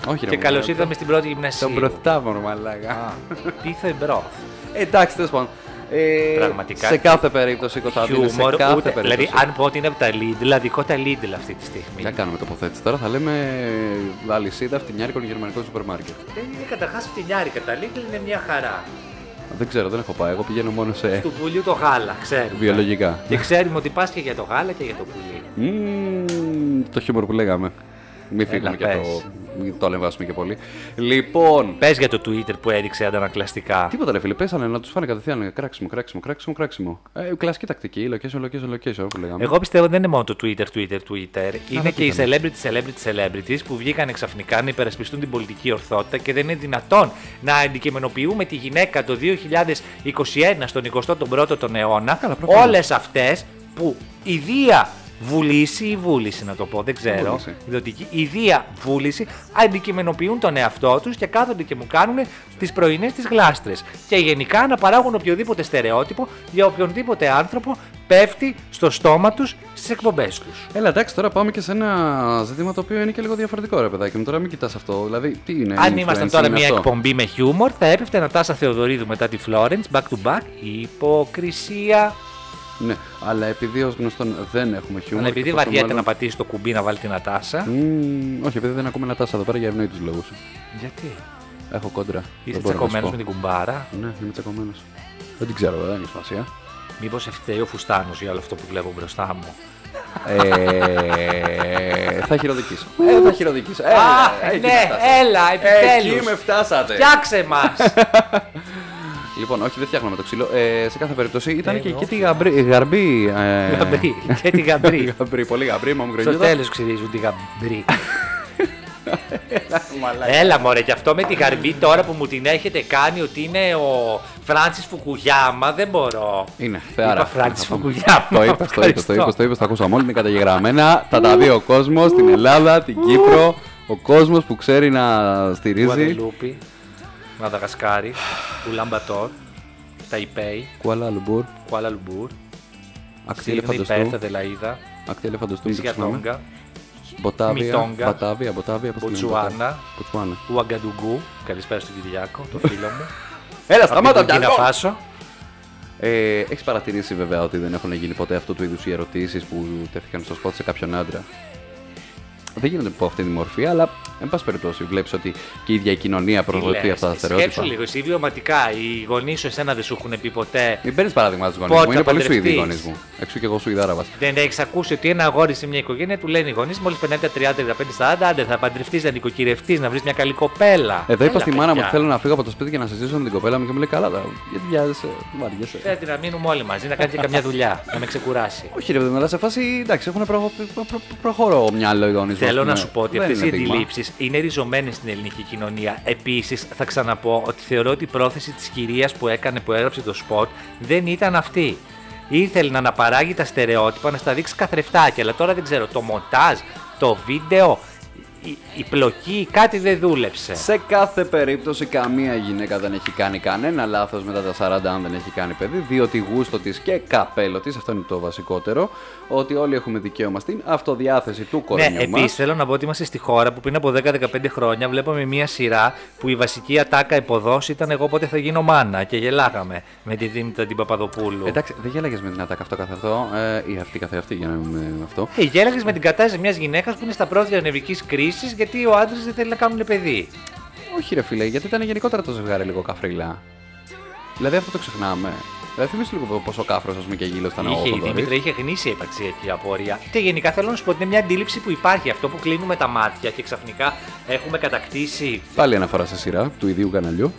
[SPEAKER 5] Όχι, ρε,
[SPEAKER 4] Και
[SPEAKER 5] μου,
[SPEAKER 4] καλώ
[SPEAKER 5] μωρέ,
[SPEAKER 4] ήρθαμε στην πρώτη
[SPEAKER 5] Τον
[SPEAKER 4] γυμνασία.
[SPEAKER 5] μπροστά μου, μαλάκα.
[SPEAKER 4] Πίθο εμπρόθ.
[SPEAKER 5] Εντάξει, τέλος πάντων. Ε,
[SPEAKER 4] Πραγματικά.
[SPEAKER 5] Σε κάθε περίπτωση, Κωνσταντίνε, σε
[SPEAKER 4] Χιούμορ,
[SPEAKER 5] κάθε
[SPEAKER 4] ούτε-
[SPEAKER 5] περίπτωση.
[SPEAKER 4] Δηλαδή, αν πω ότι είναι από τα Lidl, αδικό τα Lidl αυτή τη στιγμή.
[SPEAKER 5] Δεν κάνουμε τοποθέτηση τώρα, θα λέμε ε, αλυσίδα φτηνιάρικων γερμανικών σούπερ μάρκετ.
[SPEAKER 4] Δεν είναι καταρχάς φτηνιάρικα. Τα Lidl είναι μια χαρά.
[SPEAKER 5] Δεν ξέρω, δεν έχω πάει. Εγώ πηγαίνω μόνο σε
[SPEAKER 4] Του πουλιού το γάλα, ξέρουμε.
[SPEAKER 5] βιολογικά.
[SPEAKER 4] Και ξέρουμε ότι πα και για το γάλα και για το πουλί.
[SPEAKER 5] Μμμ, το χιούμορ που λέγαμε. Μην φύγουμε και
[SPEAKER 4] πες.
[SPEAKER 5] το. Μην το ανεβάσουμε και πολύ. Λοιπόν.
[SPEAKER 4] Πες για το Twitter που έριξε αντανακλαστικά.
[SPEAKER 5] Τίποτα ρε φίλε, πέσανε να τους φάνε κατευθείαν. Κράξιμο, κράξιμο, κράξιμο, κράξιμο. Ε, κλασική τακτική, location, location, location που λέγαμε.
[SPEAKER 4] Εγώ πιστεύω δεν είναι μόνο το Twitter, Twitter, Twitter. είναι
[SPEAKER 5] δεν
[SPEAKER 4] και οι
[SPEAKER 5] ήταν.
[SPEAKER 4] celebrity, celebrity, celebrities που βγήκαν ξαφνικά να υπερασπιστούν την πολιτική ορθότητα και δεν είναι δυνατόν να αντικειμενοποιούμε τη γυναίκα το 2021 στον 21ο τον αιώνα.
[SPEAKER 5] Καλά, προφανώς.
[SPEAKER 4] Όλες αυτές που η Δία βουλήση ή βούληση να το πω, δεν ξέρω.
[SPEAKER 5] Βούληση.
[SPEAKER 4] Ιδιωτική, η Δία βούληση αντικειμενοποιούν τον εαυτό τους και κάθονται και μου κάνουν τις πρωινές τις γλάστρες. Και γενικά να παράγουν οποιοδήποτε στερεότυπο για οποιονδήποτε άνθρωπο πέφτει στο στόμα τους στις εκπομπές τους.
[SPEAKER 5] Έλα, εντάξει, τώρα πάμε και σε ένα ζήτημα το οποίο είναι και λίγο διαφορετικό, ρε παιδάκι μου. Τώρα μην κοιτάς αυτό. Δηλαδή, τι είναι.
[SPEAKER 4] Αν
[SPEAKER 5] influencer,
[SPEAKER 4] ήμασταν τώρα
[SPEAKER 5] είναι
[SPEAKER 4] μια
[SPEAKER 5] αυτό.
[SPEAKER 4] εκπομπή με χιούμορ, θα έπεφτε να τάσα Θεοδωρίδου μετά τη Florence back to back. Υποκρισία.
[SPEAKER 5] Ναι, αλλά επειδή ως γνωστόν δεν έχουμε χιούμορ.
[SPEAKER 4] Αλλά επειδή
[SPEAKER 5] και πόσο
[SPEAKER 4] βαριέται να
[SPEAKER 5] μάλλον-
[SPEAKER 4] πατήσει το κουμπί να βάλει την ατάσα.
[SPEAKER 5] Μμμ, όχι, επειδή δεν ακούμε να τάσα εδώ πέρα για ευνοεί του λόγους.
[SPEAKER 4] Γιατί.
[SPEAKER 5] Έχω κόντρα.
[SPEAKER 4] Είστε
[SPEAKER 5] Δεν μπορώ να σου
[SPEAKER 4] τσακωμένος
[SPEAKER 5] πω.
[SPEAKER 4] με την κουμπάρα.
[SPEAKER 5] Ναι, είμαι τσακωμένος. Δεν την ξέρω, δεν έχει σημασία.
[SPEAKER 4] Μήπως ευθέει ο Φουστάνος για όλο αυτό που βλέπω μπροστά μου.
[SPEAKER 5] ε, θα χειροδικήσω. Ε, θα χειροδικήσω. Ε,
[SPEAKER 4] Α,
[SPEAKER 5] εκεί
[SPEAKER 4] ναι,
[SPEAKER 5] με φτάσατε.
[SPEAKER 4] έλα, επιτέλους.
[SPEAKER 5] Εκεί με φτάσατε.
[SPEAKER 4] Φτιάξε μας!
[SPEAKER 5] Λοιπόν, όχι, δεν φτιάχναμε το ξύλο. Ε, σε κάθε περίπτωση ήταν
[SPEAKER 4] Ε,
[SPEAKER 5] και
[SPEAKER 4] εγώ.
[SPEAKER 5] εκεί τη γαμπρή. γαρμπή, ε,
[SPEAKER 4] Γαμπρί. Και την γαμπρί.
[SPEAKER 5] γαμπρή, πολύ γαμπρή, μα μου
[SPEAKER 4] Στο
[SPEAKER 5] γκρινιόταν.
[SPEAKER 4] τέλος ξυρίζουν τη γαμπρί. Έλα μωρέ, και αυτό με τη γαρμπή τώρα που μου την έχετε κάνει ότι είναι ο Φράνσις Φουκουγιάμα, δεν μπορώ.
[SPEAKER 5] Είναι, θεάρα.
[SPEAKER 4] Είπα Φράνσις Φουκουγιάμα.
[SPEAKER 5] Το είπα, το είπα, το είπα,
[SPEAKER 4] Ευχαριστώ.
[SPEAKER 5] το είπα, τα ακούσαμε όλοι, είναι καταγεγραμμένα. Τα τα δει ο κόσμος, την Ελλάδα, την Κύπρο. Ο κόσμος που ξέρει να στηρίζει.
[SPEAKER 4] Γουαδελούπη, Μαδαγασκάρη, Ουλαμπατόρ, Ταϊπέι,
[SPEAKER 5] Κουαλά Λουμπούρ,
[SPEAKER 4] Κουάλα Λουμπούρ,
[SPEAKER 5] Ακτή
[SPEAKER 4] Σίδνεϊ,
[SPEAKER 5] Ελεφαντοστού,
[SPEAKER 4] Πέρθα, Δελαίδα,
[SPEAKER 5] Ακτή Ελεφαντοστού, μην το
[SPEAKER 4] Νησιά
[SPEAKER 5] ξεχνάμε.
[SPEAKER 4] Τόγκα,
[SPEAKER 5] Μποτάβια,
[SPEAKER 4] Μητόγκα,
[SPEAKER 5] Βατάβια, Μποτάβια, πώς το λένε,
[SPEAKER 4] Μποτσουάνα,
[SPEAKER 5] Μποτάβια. Μποτσουάνα.
[SPEAKER 4] Ουαγκαντουγκού, καλησπέρα στον Κυριάκο, το φίλο μου,
[SPEAKER 5] Έλα,
[SPEAKER 4] Από την
[SPEAKER 5] σταμάτα πια.
[SPEAKER 4] Κίνα Φάσο.
[SPEAKER 5] Ε, Έχεις παρατηρήσει βέβαια ότι δεν έχουν γίνει ποτέ αυτού του είδους οι ερωτήσεις που τέθηκαν στο σπότ σε κάποιον άντρα. Δεν γίνονται από αυτή τη μορφή, αλλά εν πάση περιπτώσει βλέπεις ότι και η ίδια η κοινωνία προσδοτεί
[SPEAKER 4] Λες,
[SPEAKER 5] αυτά τα
[SPEAKER 4] Σκέψου
[SPEAKER 5] στερεότυπα.
[SPEAKER 4] λίγο, εσύ βιωματικά. Οι γονείς σου εσένα δεν σου έχουν πει ποτέ.
[SPEAKER 5] Μην παίρνεις παράδειγμα τους γονείς
[SPEAKER 4] Πότε θα
[SPEAKER 5] μου. Είναι πολύ Σουηδοί οι γονεί
[SPEAKER 4] παντρευτείς?
[SPEAKER 5] μου. Εξού και εγώ Σουηδάραβα.
[SPEAKER 4] Δεν έχεις ακούσει ότι ένα αγόρι σε μια οικογένεια του λένε οι γονείς μόλις περνάει τα 30, 35, 40, άντε θα παντρευτείς, να νοικοκυρευτείς, να βρεις μια καλή κοπέλα.
[SPEAKER 5] Εδώ είπα
[SPEAKER 4] Έλα,
[SPEAKER 5] στη μάνα μου
[SPEAKER 4] παιδιά.
[SPEAKER 5] ότι θέλω να φύγω από το σπίτι για να συζητήσω με την κοπέλα μου και μου λέει καλά, τα- γιατί βιάζεσαι, βαριέσαι.
[SPEAKER 4] Θέλετε να μείνουμε όλοι μαζί, να κάνετε και καμιά δουλειά, να με ξεκουράσει.
[SPEAKER 5] Όχι, ρε παιδί μου, αλλά σε φάση εντάξει, έχουν προ... προ- προ- προχωρώ μυαλό οι γονείς μου.
[SPEAKER 4] Θέλω
[SPEAKER 5] ας
[SPEAKER 4] να
[SPEAKER 5] πούμε.
[SPEAKER 4] σου πω ότι
[SPEAKER 5] Δεν
[SPEAKER 4] αυτές οι
[SPEAKER 5] είναι δείγμα.
[SPEAKER 4] αντιλήψεις είναι ριζωμένες στην ελληνική κοινωνία. Επίσης, θα ξαναπώ ότι θεωρώ ότι η πρόθεση της κυρίας που έκανε, που έγραψε το σποτ, δεν ήταν αυτή. Ήθελε να αναπαράγει τα στερεότυπα, να στα δείξει καθρεφτάκια. Αλλά τώρα δεν ξέρω, το μοντάζ, το βίντεο, η, η πλοκή, κάτι δεν δούλεψε. Ναι,
[SPEAKER 5] Σε κάθε περίπτωση, καμία γυναίκα δεν έχει κάνει κανένα λάθος μετά τα 40 αν δεν έχει κάνει παιδί, διότι γούστο της και καπέλο της, αυτό είναι το βασικότερο, ότι όλοι έχουμε δικαίωμα στην αυτοδιάθεση του κορμιού
[SPEAKER 4] Ναι,
[SPEAKER 5] μας.
[SPEAKER 4] επίση θέλω να πω ότι είμαστε στη χώρα που πριν από 10-15 χρόνια βλέπαμε μια σειρά που η βασική ατάκα εποδό ήταν Εγώ πότε θα γίνω μάνα και γελάγαμε με τη Δήμητρα την Παπαδοπούλου.
[SPEAKER 5] Εντάξει, δεν γέλαγες με την ατάκα αυτό καθ' αυτό, ε, ή αυτή καθ' αυτή, για να μην ε, αυτό.
[SPEAKER 4] Ε, γέλαγες με την κατάσταση μιας γυναίκας που είναι στα πρόθυρα νευρικής κρίσης γιατί ο άντρας δεν θέλει να κάνουν παιδί.
[SPEAKER 5] Όχι, ρε φίλε, γιατί ήταν γενικότερα το ζευγάρι λίγο καφριλά. Δηλαδή αυτό το ξεχνάμε. Δηλαδή θυμίσου λίγο πόσο κάφρος, ας πούμε, και γύλος ήταν δηλαδή. ο
[SPEAKER 4] είχε η
[SPEAKER 5] Θοδωρής.
[SPEAKER 4] Δήμητρα, είχε γνήσια υπαρξιακή απορία. Και γενικά θέλω να σου πω ότι είναι μια αντίληψη που υπάρχει αυτό που κλείνουμε τα μάτια και ξαφνικά έχουμε κατακτήσει.
[SPEAKER 5] Πάλι αναφορά σε σειρά του ιδίου καναλιού.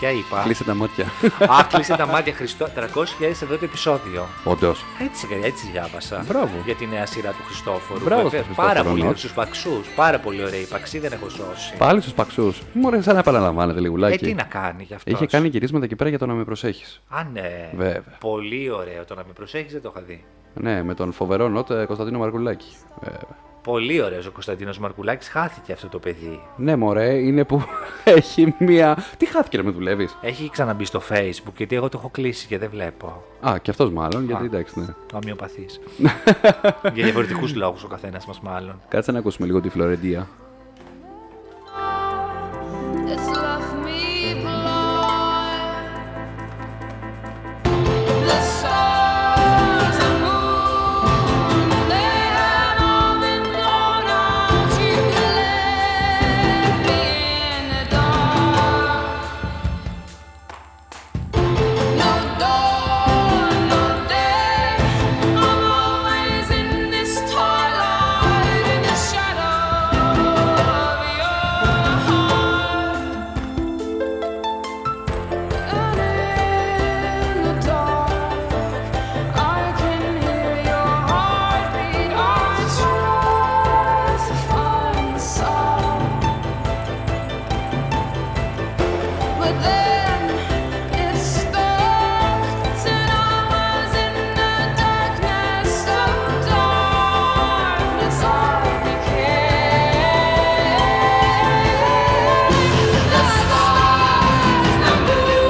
[SPEAKER 4] Ποια είπα.
[SPEAKER 5] Κλείσε τα μάτια.
[SPEAKER 4] Α, κλείσε τα μάτια Χριστό. 300.000 ευρώ το επεισόδιο.
[SPEAKER 5] Όντως.
[SPEAKER 4] Έτσι, παιδιά, έτσι διάβασα.
[SPEAKER 5] Μπράβο.
[SPEAKER 4] Για τη νέα σειρά του Χριστόφορου.
[SPEAKER 5] Μπράβο
[SPEAKER 4] Βέβαια,
[SPEAKER 5] στον
[SPEAKER 4] πάρα
[SPEAKER 5] Χριστόφορο,
[SPEAKER 4] πολύ
[SPEAKER 5] ναι.
[SPEAKER 4] ωραίοι στου παξούς. Πάρα πολύ ωραίοι παξί, δεν έχω σώσει.
[SPEAKER 5] Πάλι στους παξούς. Μωρέ, σαν να επαναλαμβάνετε
[SPEAKER 4] Ε,
[SPEAKER 5] λιγουλάκι.
[SPEAKER 4] τι να κάνει γι' αυτός.
[SPEAKER 5] Είχε κάνει γυρίσματα εκεί πέρα για το να με προσέχεις.
[SPEAKER 4] Α, ναι.
[SPEAKER 5] Βέβαια.
[SPEAKER 4] Πολύ ωραίο το να με προσέχεις, δεν το είχα δει.
[SPEAKER 5] Ναι, με τον φοβερό νότ Κωνσταντίνο Ε, Μαρκουλάκη. Βέβαια.
[SPEAKER 4] Πολύ ωραίος ο Κωνσταντίνος Μαρκουλάκης. Χάθηκε αυτό το παιδί.
[SPEAKER 5] Ναι, μωρέ, είναι που έχει μία. Τι χάθηκε να με δουλεύεις.
[SPEAKER 4] Έχει ξαναμπεί στο Facebook γιατί εγώ το έχω κλείσει και δεν βλέπω.
[SPEAKER 5] Α, και αυτός μάλλον, γιατί εντάξει, ναι.
[SPEAKER 4] Ομοιοπαθής. Για διαφορετικούς λόγους ο καθένας μας, μάλλον.
[SPEAKER 5] Κάτσε να ακούσουμε λίγο τη Φλωρεντία.
[SPEAKER 3] It's left me blind. The stars, the moon, they have all been blown out. You left me in the dark. No dawn, no day. I'm always in this twilight, in the shadow of your heart. And in the dark, I can hear your heartbeat. I try to find the sound, but then it's stopped, and I was in the darkness of darkness. I became the stars, the moon.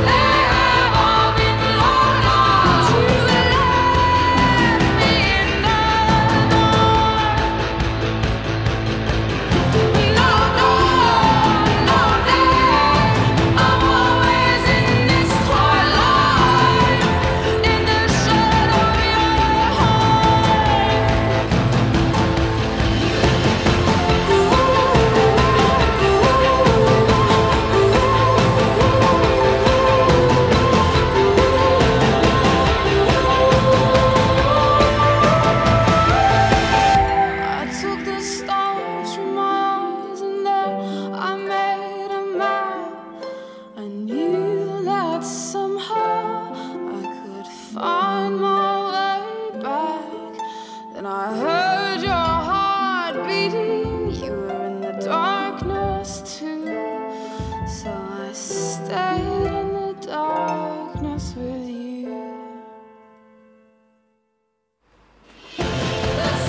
[SPEAKER 3] They have all been blown out. You left me in the dark. No dawn, no day. I'm always in this twilight, in the shadow of your I took the stars from my eyes and then I made a map. I knew that somehow I could find my way back. Then I heard your heart beating, you were in the darkness too. So I stayed in the darkness with you.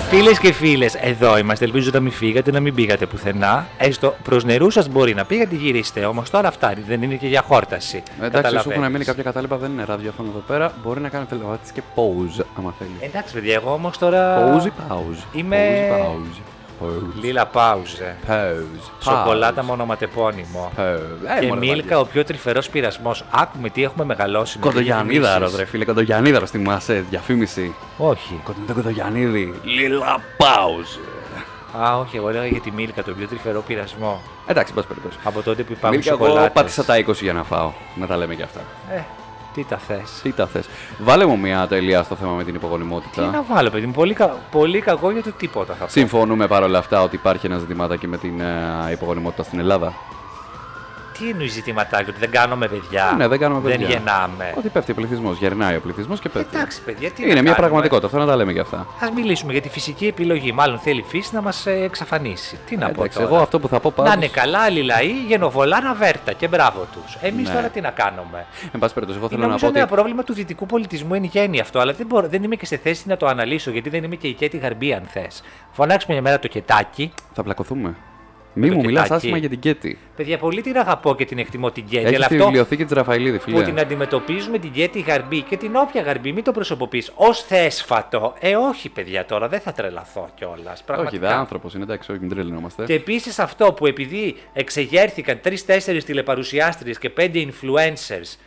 [SPEAKER 4] Φίλες και φίλες, εδώ είμαστε. Ελπίζω να μην φύγατε, να μην πήγατε πουθενά. Έστω προς νερού σας μπορεί να πήγατε, γυρίστε. Όμως τώρα φτάνει, δεν είναι και για χόρταση.
[SPEAKER 5] Ε, Εντάξει, σου έχουν μείνει κάποια κατάλοιπα, δεν είναι ραδιόφωνο εδώ πέρα. Μπορεί να κάνει τηλεοπτική και pause, άμα θέλει.
[SPEAKER 4] Εντάξει, παιδιά, εγώ όμως τώρα.
[SPEAKER 5] Pause ή pause.
[SPEAKER 4] Ε, Είμαι-
[SPEAKER 5] Pause, pause. Pose.
[SPEAKER 4] Λίλα Πάουζε.
[SPEAKER 5] Pose.
[SPEAKER 4] Σοκολάτα
[SPEAKER 5] Pose.
[SPEAKER 4] με ονοματεπώνυμο.
[SPEAKER 5] Pose. Ε,
[SPEAKER 4] Και
[SPEAKER 5] μόνο
[SPEAKER 4] Μίλκα, ο πιο τρυφερός πειρασμός. Άκουμε τι έχουμε μεγαλώσει.
[SPEAKER 5] Ναι,
[SPEAKER 4] με
[SPEAKER 5] Κοντογιαννίδαρο,
[SPEAKER 4] διαφημίσεις.
[SPEAKER 5] ρε φίλε, Κοντογιαννίδαρο θυμάσαι, διαφήμιση.
[SPEAKER 4] Όχι.
[SPEAKER 5] Κοντ- Τον Κοντογιαννίδη. Λίλα Πάουζ.
[SPEAKER 4] Α, όχι, εγώ έλεγα για τη Μίλκα, τον πιο τρυφερό πειρασμό.
[SPEAKER 5] Εντάξει, πα περιπτώσει.
[SPEAKER 4] Από τότε που υπάρχουν
[SPEAKER 5] Μίλκα,
[SPEAKER 4] σοκολάτες.
[SPEAKER 5] εγώ πάτησα τα 20 για να φάω. Να τα λέμε και αυτά.
[SPEAKER 4] Ε, τι τα θες.
[SPEAKER 5] Τι τα θες. Βάλε μου μια τελεία στο θέμα με την
[SPEAKER 4] Τι
[SPEAKER 5] υπογονιμότητα.
[SPEAKER 4] να βάλω, παιδί μου. Πολύ, κα- πολύ κακό για το τίποτα θα πω.
[SPEAKER 5] Συμφωνούμε παρόλα αυτά ότι υπάρχει ένα ζητηματάκι με την ε, υπογονιμότητα στην Ελλάδα.
[SPEAKER 4] Τι εννοεί ζητηματάκι, ότι δεν κάνουμε παιδιά.
[SPEAKER 5] Ναι, δεν κάνουμε παιδιά.
[SPEAKER 4] Δεν γεννάμε.
[SPEAKER 5] Ότι πέφτει ο πληθυσμός, γερνάει ο πληθυσμός και πέφτει.
[SPEAKER 4] Εντάξει, παιδιά, τι
[SPEAKER 5] Είναι μια πραγματικότητα, αυτό να τα λέμε και αυτά.
[SPEAKER 4] Ας μιλήσουμε για τη φυσική επιλογή. Μάλλον θέλει η φύση να μας εξαφανίσει. Τι να πω
[SPEAKER 5] Ε, Εντάξει,
[SPEAKER 4] τώρα.
[SPEAKER 5] εγώ αυτό που θα πω πάντως...
[SPEAKER 4] Να είναι καλά άλλοι λαοί, γενοβολάνα βέρτα και μπράβο τους. Εμείς
[SPEAKER 5] Ναι.
[SPEAKER 4] τώρα τι να κάνουμε.
[SPEAKER 5] Εν πάση περιπτώσει, εγώ
[SPEAKER 4] Είναι
[SPEAKER 5] θέλω να
[SPEAKER 4] νομίζω
[SPEAKER 5] πω ότι.
[SPEAKER 4] ένα πρόβλημα του δυτικού πολιτισμού εν γέννη αυτό, αλλά δεν, μπορώ, δεν είμαι και σε θέση να το αναλύσω γιατί δεν είμαι και η Κέτη Γαρμπή, αν θες. Φωνάξουμε μια μέρα το κετάκι.
[SPEAKER 5] Θα πλακωθούμε. Μη
[SPEAKER 4] το
[SPEAKER 5] μου μιλάς
[SPEAKER 4] κοιτάκι.
[SPEAKER 5] άσχημα για την Κέτη.
[SPEAKER 4] Παιδιά, πολύ την αγαπώ και την εκτιμώ την Κέτη,
[SPEAKER 5] Έχει
[SPEAKER 4] αλλά
[SPEAKER 5] τη
[SPEAKER 4] αυτό
[SPEAKER 5] βιβλιοθήκη της Ραφαηλίδη,
[SPEAKER 4] που
[SPEAKER 5] φίλε.
[SPEAKER 4] την αντιμετωπίζουμε την Κέτη Γαρμπή και την όποια Γαρμπή, μην το προσωποποιείς ως θέσφατο. Ε, όχι, παιδιά, τώρα δεν θα τρελαθώ κιόλας.
[SPEAKER 5] Όχι, δεν άνθρωπος είναι, εντάξει, όχι, μην τρελαινόμαστε.
[SPEAKER 4] Και επίσης αυτό που επειδή εξεγέρθηκαν τρει-τέσσερι τηλεπαρουσιάστριες και πέντε influencers,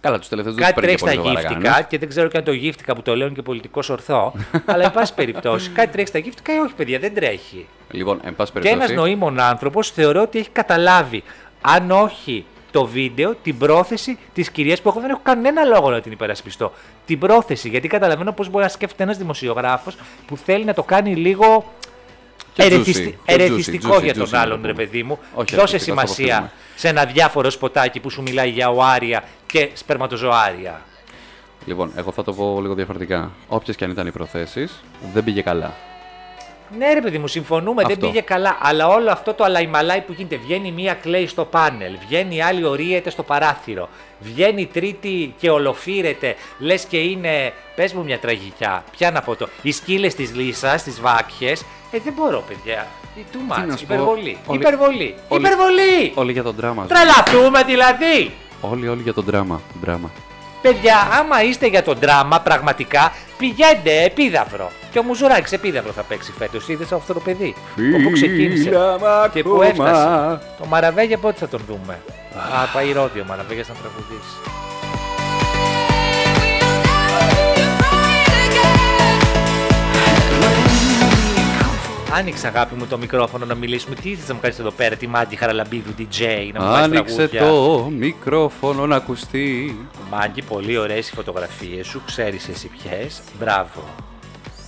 [SPEAKER 5] Καλά, τους τελευταίους δεν τους
[SPEAKER 4] κάτι
[SPEAKER 5] παίρνει
[SPEAKER 4] τρέχει στα
[SPEAKER 5] πολύ σοβαρά
[SPEAKER 4] γύφτικα
[SPEAKER 5] κανένας.
[SPEAKER 4] και δεν ξέρω και αν το γύφτικα που το λέω είναι και πολιτικός ορθό, αλλά εν πάση περιπτώσει, κάτι τρέχει στα γύφτικα ή όχι, παιδιά, δεν τρέχει.
[SPEAKER 5] Λοιπόν, εν πάση
[SPEAKER 4] Και ένας
[SPEAKER 5] περιπτώσει.
[SPEAKER 4] νοήμων άνθρωπος θεωρώ ότι έχει καταλάβει, αν όχι το βίντεο, την πρόθεση της κυρίας που εγώ δεν έχω κανένα λόγο να την υπερασπιστώ. Την πρόθεση, γιατί καταλαβαίνω πώς μπορεί να σκέφτεται ένας δημοσιογράφος που θέλει να το κάνει λίγο
[SPEAKER 5] Και juicy,
[SPEAKER 4] ερεθιστη-
[SPEAKER 5] και juicy,
[SPEAKER 4] ερεθιστικό
[SPEAKER 5] juicy,
[SPEAKER 4] ε, για
[SPEAKER 5] juicy
[SPEAKER 4] τον
[SPEAKER 5] λοιπόν. να το
[SPEAKER 4] άλλον,
[SPEAKER 5] πούμε.
[SPEAKER 4] ρε παιδί μου.
[SPEAKER 5] Όχι
[SPEAKER 4] Δώσε
[SPEAKER 5] ερεθιστικό, στο
[SPEAKER 4] σημασία
[SPEAKER 5] αποφύγουμε.
[SPEAKER 4] σε ένα διάφορο σποτάκι που σου μιλάει για οάρια και σπερματοζωάρια.
[SPEAKER 5] Λοιπόν, εγώ θα το πω λίγο διαφορετικά. Όποιες και αν ήταν οι προθέσεις, δεν πήγε καλά.
[SPEAKER 4] Ναι, ρε παιδί μου, συμφωνούμε,
[SPEAKER 5] Αυτό.
[SPEAKER 4] δεν πήγε καλά. Αλλά όλο αυτό το αλαϊμαλάι που γίνεται. Βγαίνει μία κλαίει στο πάνελ, βγαίνει η άλλη ορίεται στο παράθυρο, βγαίνει η τρίτη και ολοφύρεται. Λες και είναι. Πες μου μια τραγικιά. Ποια να πω το. Οι σκύλες της Λίσας, τι βάκχες. Ε, δεν μπορώ, παιδιά. Too
[SPEAKER 5] να
[SPEAKER 4] much.
[SPEAKER 5] σου πω,
[SPEAKER 4] Υπερβολή.
[SPEAKER 5] όλοι-
[SPEAKER 4] Υπερβολή.
[SPEAKER 5] όλοι-
[SPEAKER 4] Υπερβολή.
[SPEAKER 5] Όλοι για τον τράμα.
[SPEAKER 4] Τρελαθούμε δηλαδή.
[SPEAKER 5] Όλοι, όλοι για τον τράμα. Δράμα.
[SPEAKER 4] Παιδιά, άμα είστε για τον δράμα, πραγματικά πηγαίνετε επίδαυρο. Και ο Μουζουράκης επίδαυρο θα παίξει φέτος. Είδες αυτό το παιδί. Όπου ξεκίνησε.
[SPEAKER 5] Φίλα μ'
[SPEAKER 4] Και που
[SPEAKER 5] ακόμα.
[SPEAKER 4] έφτασε. Το Μαραβέγια πότε θα τον δούμε. Α, πάει ρόδι ο Μαραβέγια να τραγουδήσει. Άνοιξε αγάπη μου το μικρόφωνο να μιλήσουμε. Τι ήθελες να μου κάνεις εδώ πέρα, τη Μάντι Χαραλαμπίδου DJ, να μου βάλεις
[SPEAKER 5] Άνοιξε
[SPEAKER 4] τραγούδια.
[SPEAKER 5] το μικρόφωνο να ακουστεί.
[SPEAKER 4] Μάγκη, πολύ ωραίες οι φωτογραφίες σου, ξέρεις εσύ ποιες. Μπράβο.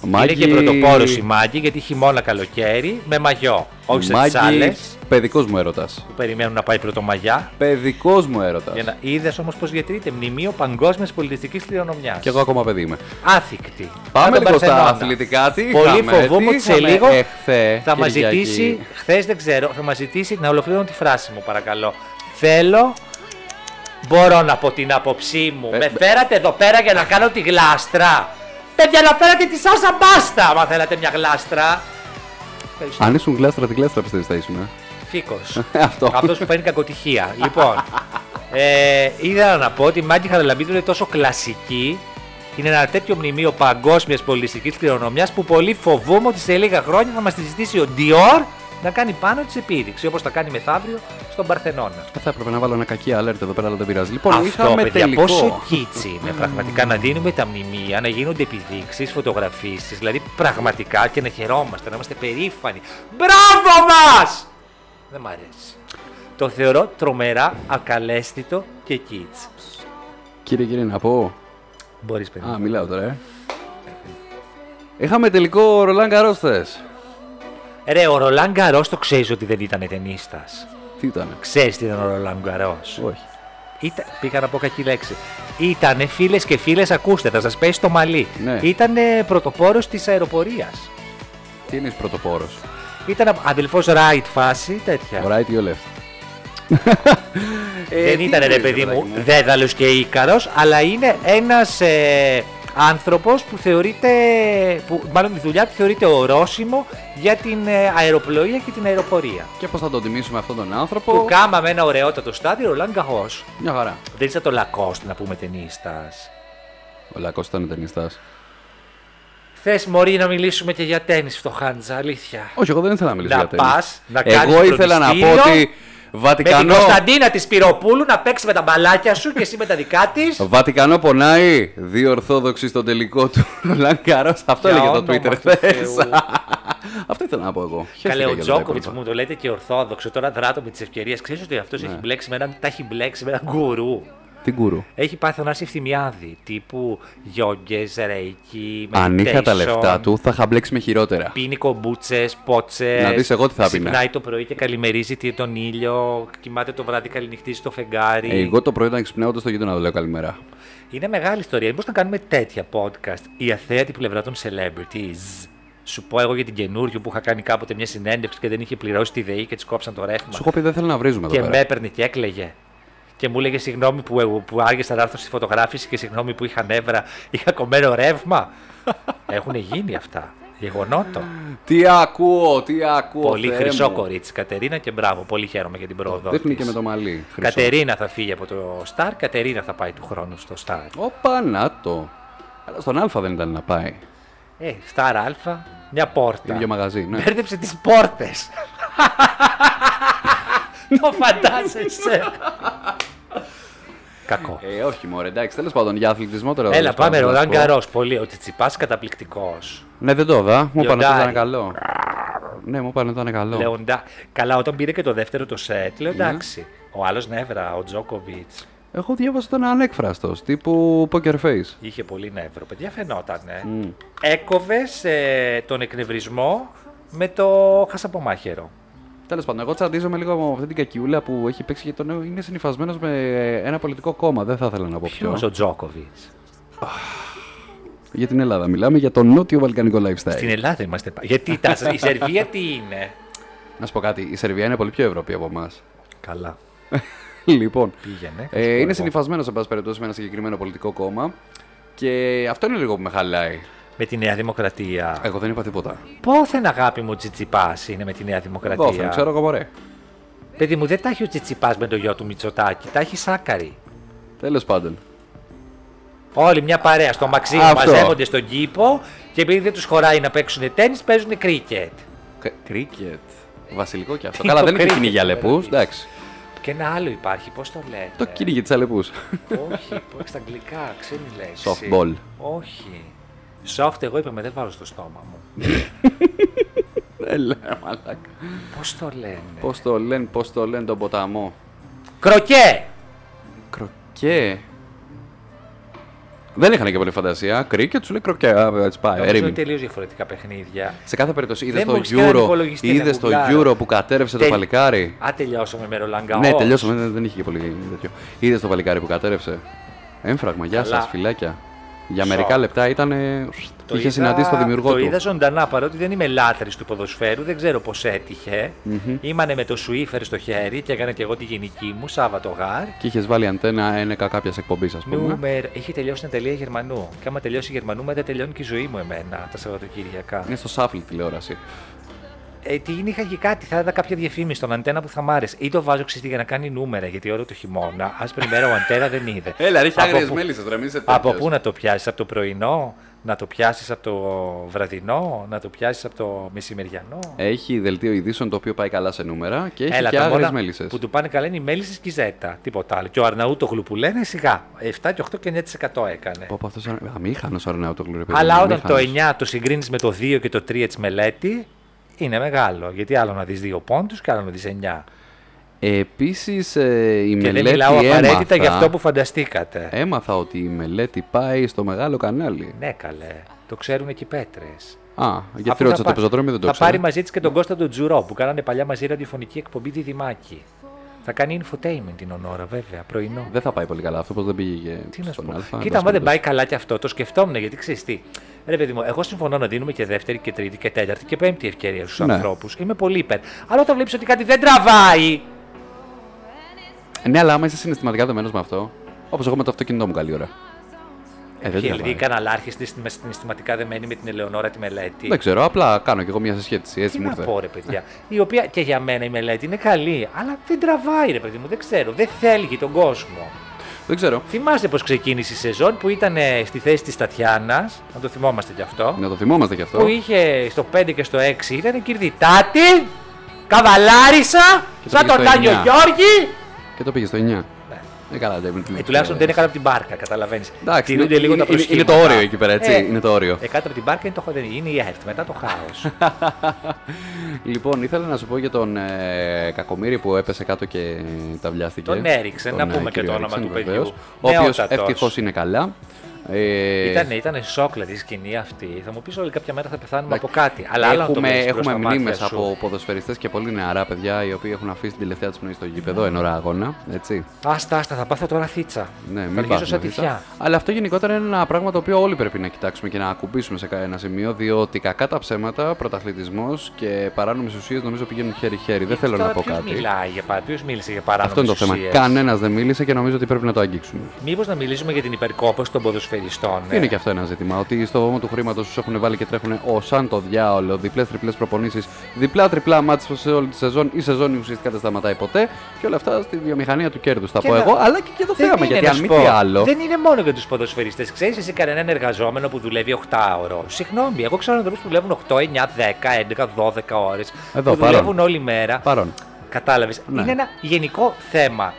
[SPEAKER 5] Μάγκη-
[SPEAKER 4] Είναι και πρωτοπόρος η Μάγκη, γιατί χειμώνα καλοκαίρι με μαγιό. Όχι σε
[SPEAKER 5] Μάγκη,
[SPEAKER 4] τσάλε
[SPEAKER 5] Παιδικός μου έρωτας.
[SPEAKER 4] που περιμένουν να πάει πρωτομαγιά.
[SPEAKER 5] Παιδικός μου έρωτας.
[SPEAKER 4] Για να... Είδες όμως πώς διατηρείται μνημείο παγκόσμιας πολιτιστικής κληρονομιάς.
[SPEAKER 5] Και εγώ ακόμα παιδί είμαι.
[SPEAKER 4] Άθικτη. Σαν
[SPEAKER 5] Πάμε
[SPEAKER 4] τον
[SPEAKER 5] λίγο στα
[SPEAKER 4] Παρθενώνα.
[SPEAKER 5] αθλητικά. Τι
[SPEAKER 4] Πολύ
[SPEAKER 5] είχαμε,
[SPEAKER 4] φοβούμαι
[SPEAKER 5] τι
[SPEAKER 4] ότι σε
[SPEAKER 5] είχαμε
[SPEAKER 4] λίγο
[SPEAKER 5] εχθέ,
[SPEAKER 4] θα μας
[SPEAKER 5] Κυριακή.
[SPEAKER 4] ζητήσει. Χθες δεν ξέρω, θα μας ζητήσει να ολοκληρώνω τη φράση μου, παρακαλώ. Θέλω. Μπορώ να πω την άποψή μου.
[SPEAKER 5] Ε,
[SPEAKER 4] με
[SPEAKER 5] μπ-
[SPEAKER 4] φέρατε εδώ πέρα για να κάνω τη γλάστρα. Παιδιά, να φέρατε τη Σάσα Μπάστα, άμα θέλατε μια γλάστρα. Ευχαριστώ.
[SPEAKER 5] Αν ήσουν γλάστρα, την γλάστρα πιστεύεις θα ήσουν. ε?
[SPEAKER 4] Φίκος.
[SPEAKER 5] Αυτό.
[SPEAKER 4] Αυτός που παίρνει κακοτυχία. λοιπόν, ε, ήθελα να πω ότι η Μάγκη Χαραλαμπίδου είναι τόσο κλασική. Είναι ένα τέτοιο μνημείο παγκόσμιας πολιτιστικής κληρονομιάς που πολύ φοβούμαι ότι σε λίγα χρόνια θα μας τη ζητήσει ο Dior να κάνει πάνω της επίδειξη, όπως θα κάνει μεθαύριο στον Παρθενώνα.
[SPEAKER 5] Ε, Θα έπρεπε να βάλω ένα κακή alert εδώ πέρα, αλλά δεν πειράζει. Λοιπόν,
[SPEAKER 4] Αυτό,
[SPEAKER 5] είχαμε
[SPEAKER 4] παιδιά,
[SPEAKER 5] τελικό.
[SPEAKER 4] πόσο κίτσι είναι πραγματικά να δίνουμε τα μνημεία, να γίνονται επιδείξεις, φωτογραφίσεις, δηλαδή πραγματικά και να χαιρόμαστε, να είμαστε περήφανοι. Μπράβο μας! Δεν μ' αρέσει. Το θεωρώ τρομερά ακαλέστητο και κίτς.
[SPEAKER 5] Κύριε, κύριε, να πω.
[SPEAKER 4] Μπορείς παιδί.
[SPEAKER 5] Α,
[SPEAKER 4] μου.
[SPEAKER 5] μιλάω τώρα, ε. Είχαμε τελικό Ρολάν Καρόστες.
[SPEAKER 4] Ρε, ο Ρολάν Γκαρός το ξέρεις ότι δεν ήταν ταινίστας.
[SPEAKER 5] Τι ήταν.
[SPEAKER 4] Ξέρεις τι ήταν ο Ρολάν Γκαρός.
[SPEAKER 5] Όχι.
[SPEAKER 4] Ήταν, πήγα να πω κακή λέξη. Ήτανε φίλες και φίλες, ακούστε, θα σας πέσει το μαλλί.
[SPEAKER 5] Ναι.
[SPEAKER 4] Ήτανε πρωτοπόρος της αεροπορίας.
[SPEAKER 5] Τι είναι πρωτοπόρος.
[SPEAKER 4] Ήταν αδελφό Ράιτ φάση, τέτοια.
[SPEAKER 5] Right ή ο left. Ε,
[SPEAKER 4] Δεν ήταν ρε παιδί μου δέδαλος και ίκαρος, αλλά είναι ένας ε, άνθρωπος που θεωρείται, που, μάλλον η δουλειά του θεωρείται ορόσημο για την ε, αεροπλοεία και την αεροπορία.
[SPEAKER 5] Και πώς θα τον τιμήσουμε αυτόν τον
[SPEAKER 4] Που
[SPEAKER 5] άνθρωπο.
[SPEAKER 4] κάμαμε ένα ωραιότατο στάδιο, ο Λαγκαχός.
[SPEAKER 5] Μια χαρά.
[SPEAKER 4] Δεν είσαι το λακός να πούμε ταινίστας.
[SPEAKER 5] Ο Λακό ήταν ταινιστάς.
[SPEAKER 4] Θες Μωρή να μιλήσουμε και για τέννη, φτωχάντζα, αλήθεια.
[SPEAKER 5] Όχι, εγώ δεν ήθελα να μιλήσω
[SPEAKER 4] Να
[SPEAKER 5] για τέννις.
[SPEAKER 4] πας, να
[SPEAKER 5] Εγώ
[SPEAKER 4] κάνεις
[SPEAKER 5] ήθελα να πω
[SPEAKER 4] φροντιστήριο
[SPEAKER 5] ότι
[SPEAKER 4] Με την
[SPEAKER 5] Βατικανό,
[SPEAKER 4] Κωνσταντίνα της Πυροπούλου να παίξεις με τα μπαλάκια σου και εσύ με τα δικά της.
[SPEAKER 5] Βατικανό πονάει. Δύο Ορθόδοξοι στον τελικό του Ρολάν Καρός. Αυτό
[SPEAKER 4] Για
[SPEAKER 5] έλεγε το
[SPEAKER 4] όνομα
[SPEAKER 5] Twitter
[SPEAKER 4] του
[SPEAKER 5] χθε.
[SPEAKER 4] Θεού.
[SPEAKER 5] Αυτό ήθελα να πω εγώ.
[SPEAKER 4] Καλέ,
[SPEAKER 5] Χαίρομαι
[SPEAKER 4] ο
[SPEAKER 5] για τα
[SPEAKER 4] Τζόκοβιτ
[SPEAKER 5] υπόλοιπα.
[SPEAKER 4] μου το λέτε και ορθόδοξο. Τώρα δράτω με τις ευκαιρίες. Ξέρεις ότι αυτός
[SPEAKER 5] Ναι.
[SPEAKER 4] έχει μπλέξει με έναν. Τα έχει μπλέξει με έναν γκουρού.
[SPEAKER 5] Την κουρού.
[SPEAKER 4] Έχει πάθει να ευθυμιάδη τύπου γιόγκες, ρέικι,
[SPEAKER 5] Αν είχα τα
[SPEAKER 4] meditation,
[SPEAKER 5] λεφτά του, θα είχα μπλέξει με χειρότερα.
[SPEAKER 4] Πίνει κομπούτσες, πότσε.
[SPEAKER 5] Να δεις εγώ τι θα πίνα.
[SPEAKER 4] Ξυπνάει το πρωί και καλημερίζει τι- τον ήλιο. Κοιμάται το βράδυ, καληνυχτίζει το φεγγάρι.
[SPEAKER 5] Εγώ το πρωί να ξυπνάω ούτε στο γείτονα να λέω καλημέρα.
[SPEAKER 4] Είναι μεγάλη ιστορία. Μήπως να κάνουμε τέτοια podcast. Η αθέατη πλευρά των celebrities. Σου πω εγώ για την καινούριο που είχα κάνει κάποτε μια συνέντευξη και δεν είχε πληρώσει τη ΔΕΗ και της κόψαν το ρεύμα.
[SPEAKER 5] Σου έχω πει δεν θέλω να βρίζουμε
[SPEAKER 4] Και
[SPEAKER 5] εδώ
[SPEAKER 4] με
[SPEAKER 5] πέρα.
[SPEAKER 4] έπαιρνε και έκλαιγε. Και μου έλεγε συγγνώμη που, εγώ- που άργησα να έρθω στη φωτογράφηση και συγγνώμη που είχα νεύρα, είχα κομμένο ρεύμα. Έχουν γίνει αυτά. Γεγονότο.
[SPEAKER 5] Τι ακούω, τι ακούω.
[SPEAKER 4] Πολύ
[SPEAKER 5] Θεέ
[SPEAKER 4] χρυσό
[SPEAKER 5] μου.
[SPEAKER 4] κορίτσι. Κατερίνα και μπράβο. Πολύ χαίρομαι για την πρόοδο.
[SPEAKER 5] Δείχνει και
[SPEAKER 4] της.
[SPEAKER 5] με το μαλλί. χρυσό.
[SPEAKER 4] Κατερίνα θα φύγει από το Star, Κατερίνα θα πάει του χρόνου στο Star.
[SPEAKER 5] Όπα, να το. Αλλά στον Α δεν ήταν να πάει.
[SPEAKER 4] Ε, Star Α, μια πόρτα.
[SPEAKER 5] Ίδιο μαγαζί, ναι.
[SPEAKER 4] Μπέρδεψε τις πόρτες. το φαντάζεσαι. Κακό.
[SPEAKER 5] Ε, όχι μωρέ, εντάξει, τέλος πάντων για αθλητισμό τώρα.
[SPEAKER 4] Έλα,
[SPEAKER 5] τέλος
[SPEAKER 4] πάμε.
[SPEAKER 5] πάντων, να
[SPEAKER 4] Ρολάν
[SPEAKER 5] σου πω.
[SPEAKER 4] Καρό. Πολύ. Ο Τσιτσιπά καταπληκτικός.
[SPEAKER 5] Ναι, δεν το είδα. Μου είπαν ότι
[SPEAKER 4] Λιοντάρι.
[SPEAKER 5] ήταν καλό. Ναι, μου είπαν ότι ήταν καλό.
[SPEAKER 4] Λεοντα... Καλά, όταν πήρε και το δεύτερο το σετ,
[SPEAKER 5] Ναι.
[SPEAKER 4] λέω εντάξει. Ο άλλος νεύρα, ο Τζόκοβιτ.
[SPEAKER 5] Εγώ διάβασα ότι ήταν ανέκφραστος, τύπου poker face.
[SPEAKER 4] Είχε πολύ νεύρο. Παιδιά φαινότανε. Έκοβες ε, τον εκνευρισμό με το χασαπομάχαιρο.
[SPEAKER 5] Τέλος πάντων, εγώ τσαντίζομαι λίγο από αυτή την κακιούλα που έχει παίξει γιατί τον- είναι συνυφασμένος με ένα πολιτικό κόμμα. Δεν θα ήθελα να πω ποιος.
[SPEAKER 4] Ποιο ο Τζόκοβιτ.
[SPEAKER 5] Για την Ελλάδα μιλάμε, για το νότιο βαλκανικό lifestyle.
[SPEAKER 4] Στην Ελλάδα είμαστε. πα- Γιατί τα... η Σερβία τι είναι.
[SPEAKER 5] Να σου πω κάτι, η Σερβία είναι πολύ πιο Ευρωπή από εμάς.
[SPEAKER 4] Καλά.
[SPEAKER 5] λοιπόν,
[SPEAKER 4] Πήγαινε. θα σου πω
[SPEAKER 5] ε, είναι
[SPEAKER 4] εγώ.
[SPEAKER 5] συνυφασμένος εν πάση περιπτώσει με ένα συγκεκριμένο πολιτικό κόμμα. Και αυτό είναι λίγο που με χαλάει.
[SPEAKER 4] Με τη Νέα Δημοκρατία.
[SPEAKER 5] Εγώ δεν είπα τίποτα.
[SPEAKER 4] Πόθεν αγάπη μου Τσιτσιπάς είναι με τη Νέα Δημοκρατία.
[SPEAKER 5] Δόθεν, ξέρω εγώ μωρέ.
[SPEAKER 4] Παιδί μου, δεν τα έχει ο Τσιτσιπάς με το γιο του Μητσοτάκη, τα έχει σάκαρη.
[SPEAKER 5] Τέλος πάντων.
[SPEAKER 4] Όλοι μια παρέα στο μαξί
[SPEAKER 5] Αυτό.
[SPEAKER 4] μαζεύονται στον κήπο και επειδή δεν τους χωράει να παίξουν τέννη, παίζουν κρίκετ.
[SPEAKER 5] Κρίκετ. Βασιλικό κι αυτό.
[SPEAKER 4] Ε, Τι
[SPEAKER 5] Καλά,
[SPEAKER 4] το
[SPEAKER 5] δεν είναι το
[SPEAKER 4] cricket,
[SPEAKER 5] κυνήγι αλεπού.
[SPEAKER 4] παιδί. Ε.
[SPEAKER 5] Εντάξει.
[SPEAKER 4] Και ένα άλλο υπάρχει, πώς το λένε.
[SPEAKER 5] Το κυνήγι της αλεπούς.
[SPEAKER 4] Όχι, πώς στα αγγλικά, ξένη λέξη.
[SPEAKER 5] Softball.
[SPEAKER 4] Όχι. Soft, εγώ είπαμε, δεν βάλω στο στόμα μου.
[SPEAKER 5] Έλα, μαλάκα.
[SPEAKER 4] Πώς το λένε.
[SPEAKER 5] Πώς το λένε, πώς το λένε τον ποταμό.
[SPEAKER 4] Κροκέ!
[SPEAKER 5] Κροκέ. Δεν είχαν και πολύ φαντασία. Κρίκετ σου λέει κροκέ. Α, Έτσι πάει.
[SPEAKER 4] Νομίζω είναι
[SPEAKER 5] Ερήμη.
[SPEAKER 4] τελείως διαφορετικά παιχνίδια.
[SPEAKER 5] Σε κάθε περίπτωση, είδες
[SPEAKER 4] Δεν
[SPEAKER 5] το
[SPEAKER 4] μπορείς καν να
[SPEAKER 5] Euro,
[SPEAKER 4] υπολογιστεί να
[SPEAKER 5] είδε το
[SPEAKER 4] γουγκλάρω.
[SPEAKER 5] Euro που κατέρευσε το
[SPEAKER 4] Τελ-
[SPEAKER 5] παλικάρι.
[SPEAKER 4] Α, τελειώσαμε με ρολαγκαό.
[SPEAKER 5] Ναι, τελειώσαμε, δεν, δεν είχε και πολύ τέτοιο. Είδες το παλικάρι που κατέρευσε. Έμφραγμα, γεια
[SPEAKER 4] Καλά.
[SPEAKER 5] σα, φιλάκια. Για
[SPEAKER 4] Σοκ.
[SPEAKER 5] μερικά λεπτά ήταν. είχε
[SPEAKER 4] είδα-
[SPEAKER 5] συναντήσει τον δημιουργό
[SPEAKER 4] Το
[SPEAKER 5] του.
[SPEAKER 4] είδα ζωντανά παρότι δεν είμαι λάτρης του ποδοσφαίρου, δεν ξέρω πώς έτυχε. Ήμανε με το σουίφερ στο χέρι και έκανα και εγώ τη γενική μου, Σάββατο Γάρ.
[SPEAKER 5] Και είχες βάλει αντένα ένεκα κάποιας εκπομπής, ας πούμε.
[SPEAKER 4] Νούμερο. Είχε τελειώσει την τελεία Γερμανού. Και άμα τελειώσει η Γερμανού, μετά τελειώνει και η ζωή μου εμένα τα Σαββατοκύριακα.
[SPEAKER 5] Είναι στο σάφλι τηλεόραση.
[SPEAKER 4] Ε, τι είναι, είχα και κάτι. Θα είδα κάποια διαφήμιση στον αντένα που θα μ' άρεσε. Ή το βάζω ξύστη για να κάνει νούμερα, γιατί όλο το χειμώνα. Ας πριμέρα ο αντένα δεν είδε.
[SPEAKER 5] Έλα, ρίχνει
[SPEAKER 4] Από
[SPEAKER 5] άγριες
[SPEAKER 4] πού-
[SPEAKER 5] μέλισσες, ρε, μην είσαι
[SPEAKER 4] Από
[SPEAKER 5] τέτοιος.
[SPEAKER 4] πού να το πιάσεις, από το πρωινό, να το πιάσεις από το βραδινό, να το πιάσεις από το μεσημεριανό.
[SPEAKER 5] Ε, Έχει δελτίο ειδήσεων το οποίο πάει καλά σε νούμερα και έχει και
[SPEAKER 4] τα
[SPEAKER 5] άγριες
[SPEAKER 4] μόνα
[SPEAKER 5] μέλισσες.
[SPEAKER 4] Που του πάνε καλά είναι οι μέλισσες και η ζέτα. Τίποτα άλλο. Και ο Αρναούτογλου που λένε σιγά. 7 και 8 και 9% έκανε.
[SPEAKER 5] Πω, πω, αυτός είναι αμήχανος ο Αρναούτογλου, ρε παιδί
[SPEAKER 4] Αλλά
[SPEAKER 5] μου,
[SPEAKER 4] όταν το
[SPEAKER 5] αμήχανος.
[SPEAKER 4] 9 το συγκρίνεις με το 2 και το 3 της μελέτη, είναι μεγάλο. Γιατί άλλο να δεις 2 πόντους και άλλο να δεις 9.
[SPEAKER 5] Επίσης, ε, η
[SPEAKER 4] Και δεν
[SPEAKER 5] μελέτη Ε.
[SPEAKER 4] μιλάω απαραίτητα
[SPEAKER 5] έμαθα-
[SPEAKER 4] για αυτό που φανταστήκατε.
[SPEAKER 5] Έμαθα ότι η μελέτη πάει στο μεγάλο κανάλι.
[SPEAKER 4] Ναι, καλέ. Το ξέρουν και οι πέτρες.
[SPEAKER 5] Α, γιατί ρώτησα το πεζοδρόμιο, δεν το
[SPEAKER 4] Θα
[SPEAKER 5] ξέρω.
[SPEAKER 4] πάρει μαζί της και τον Κώστα τον Τζουρό που κάνανε παλιά μαζί ραδιοφωνική εκπομπή Διδυμάκη. Θα κάνει infotainment την ώρα, βέβαια, πρωινό.
[SPEAKER 5] Δεν θα πάει πολύ καλά αυτό, πως δεν πήγε και
[SPEAKER 4] Τι να σου
[SPEAKER 5] στον
[SPEAKER 4] πω.
[SPEAKER 5] Αλφα.
[SPEAKER 4] Κοίτα, άμα δεν πάει
[SPEAKER 5] εντάξει.
[SPEAKER 4] καλά και αυτό, το σκεφτόμουν γιατί ξέρεις τι. Ρε παιδί μου, εγώ συμφωνώ να δίνουμε και δεύτερη και τρίτη και τέταρτη και πέμπτη ευκαιρία στους
[SPEAKER 5] Ναι.
[SPEAKER 4] ανθρώπους. Είμαι πολύ υπέρ. Αλλά όταν βλέπεις ότι κάτι δεν τραβάει.
[SPEAKER 5] Ε, Ναι, αλλά άμα είσαι συναισθηματικά δεμένος με αυτό, όπως εγώ με το αυτοκίνητό μου καλή ώρα. Ε, δεν
[SPEAKER 4] Και
[SPEAKER 5] τραβάει.
[SPEAKER 4] δηλαδή κανένα άρχιστη στην- συναισθηματικά δεμένη με την Ελεονόρα τη μελέτη.
[SPEAKER 5] Δεν ξέρω, απλά κάνω κι εγώ μια συσχέτιση, έτσι
[SPEAKER 4] Τι
[SPEAKER 5] μου
[SPEAKER 4] να
[SPEAKER 5] ήρθε.
[SPEAKER 4] πω, ρε παιδιά. Η οποία και για μένα η μελέτη είναι καλή, αλλά δεν τραβάει, ρε παιδί μου. Δεν ξέρω. Δεν θέλει τον κόσμο.
[SPEAKER 5] Δεν ξέρω.
[SPEAKER 4] Θυμάστε πώς ξεκίνησε η σεζόν που ήταν ε, στη θέση της Τατιάνας. Να το θυμόμαστε κι αυτό.
[SPEAKER 5] Να το θυμόμαστε κι αυτό.
[SPEAKER 4] Που είχε στο 5 και στο 6 ήταν κυρδιτάτη, καβαλάρισα,
[SPEAKER 5] Και το
[SPEAKER 4] σαν
[SPEAKER 5] πήγε
[SPEAKER 4] τον
[SPEAKER 5] στο
[SPEAKER 4] Τάνιο
[SPEAKER 5] εννιά.
[SPEAKER 4] Γιώργη.
[SPEAKER 5] Και το πήγε στο 9. Ναι. Ε, καλά, δεν
[SPEAKER 4] Ε, τουλάχιστον δεν είναι κάτω από την μπάρκα, καταλαβαίνεις.
[SPEAKER 5] Εντάξει,
[SPEAKER 4] Τηρούνται
[SPEAKER 5] είναι-
[SPEAKER 4] λίγο
[SPEAKER 5] είναι-
[SPEAKER 4] τα
[SPEAKER 5] είναι-
[SPEAKER 4] προσχήματα.
[SPEAKER 5] είναι το όριο εκεί πέρα, έτσι, είναι το όριο.
[SPEAKER 4] Ε, κάτω από την μπάρκα είναι το χοντρή. Είναι η ΕΡΤ, μετά το χάος.
[SPEAKER 5] Λοιπόν, ήθελα να σου πω για τον ε, Κακομύρη που έπεσε κάτω και ταυλιάστηκε.
[SPEAKER 4] Τον Έριξεν, να πούμε και
[SPEAKER 5] ε, κύριο
[SPEAKER 4] το όνομα
[SPEAKER 5] Έριξεν,
[SPEAKER 4] του παιδιού.
[SPEAKER 5] βεβαίως, Ο οποίος
[SPEAKER 4] Νεότατος.
[SPEAKER 5] ευτυχώς είναι καλά. Ε,
[SPEAKER 4] Ήτανε, ήτανε σόκλατη η σκηνή αυτή. Θα μου πεις όλοι κάποια μέρα θα πεθάνουμε από
[SPEAKER 5] Εντάξει,
[SPEAKER 4] κάτι. Αλλά άλλο να το
[SPEAKER 5] έχουμε,
[SPEAKER 4] βλέπεις μπροστά
[SPEAKER 5] έχουμε
[SPEAKER 4] στα μάτια
[SPEAKER 5] μνήμες
[SPEAKER 4] σου.
[SPEAKER 5] από ποδοσφαιριστές και πολύ νεαρά παιδιά οι οποίοι έχουν αφήσει την τελευταία τους πνοή στο γήπεδο
[SPEAKER 4] Ναι.
[SPEAKER 5] εν ώρα αγώνα. Έτσι.
[SPEAKER 4] Άστα, άστα, θα πάθω τώρα θίτσα.
[SPEAKER 5] Ναι,
[SPEAKER 4] θα
[SPEAKER 5] μην
[SPEAKER 4] αργήσω
[SPEAKER 5] πάθουμε
[SPEAKER 4] σαν
[SPEAKER 5] θύτσα.
[SPEAKER 4] τυφιά.
[SPEAKER 5] Αλλά αυτό γενικότερα είναι ένα πράγμα το οποίο όλοι πρέπει να κοιτάξουμε και να ακουμπήσουμε σε ένα σημείο, διότι κακά τα ψέματα, πρωταθλητισμός και παράνομες ουσίες νομίζω πηγαίνουν χέρι-χέρι. Δεν θέλω να
[SPEAKER 4] Τώρα
[SPEAKER 5] πω
[SPEAKER 4] ποιος
[SPEAKER 5] κάτι.
[SPEAKER 4] Μιλάει για παρά, ποιος μίλησε για παράνομες
[SPEAKER 5] Αυτό είναι το θέμα.
[SPEAKER 4] ουσίες.
[SPEAKER 5] Κανένας δεν μίλησε και νομίζω ότι πρέπει να το αγγίξουμε.
[SPEAKER 4] Μήπως να μιλήσουμε για την υπερκόπωση των ποδοσφαιριστών. ε?
[SPEAKER 5] Είναι και αυτό ένα ζήτημα. Ότι στο βωμό του χρήματος τους έχουν βάλει και τρέχουν ω σαν το διάολο. Διπλέ-τριπλέ προπονήσει, διπλά-τριπλά μάτια σε όλη τη σεζόν. Η σεζόν ουσιαστικά δεν σταματάει ποτέ. Και όλα αυτά στη βιομηχανία του κέρδους. Θα
[SPEAKER 4] Και
[SPEAKER 5] πω
[SPEAKER 4] να-
[SPEAKER 5] εγώ, αλλά και για το
[SPEAKER 4] Δεν
[SPEAKER 5] θέαμα.
[SPEAKER 4] είναι,
[SPEAKER 5] Γιατί
[SPEAKER 4] να
[SPEAKER 5] αν
[SPEAKER 4] σου
[SPEAKER 5] μη
[SPEAKER 4] πω,
[SPEAKER 5] τι άλλο.
[SPEAKER 4] Δεν είναι μόνο για τους ποδοσφαιριστές. Ξέρεις εσύ κανέναν εργαζόμενο που δουλεύει 8 ώρο. Συγγνώμη, εγώ ξέρω ανθρώπους που δουλεύουν 8, 9, 10, 11, 12 ώρε. Που
[SPEAKER 5] Εδώ, παρόν.
[SPEAKER 4] δουλεύουν όλη μέρα.
[SPEAKER 5] Παρόν.
[SPEAKER 4] Κατάλαβες.
[SPEAKER 5] Ναι.
[SPEAKER 4] Είναι ένα γενικό θέμα.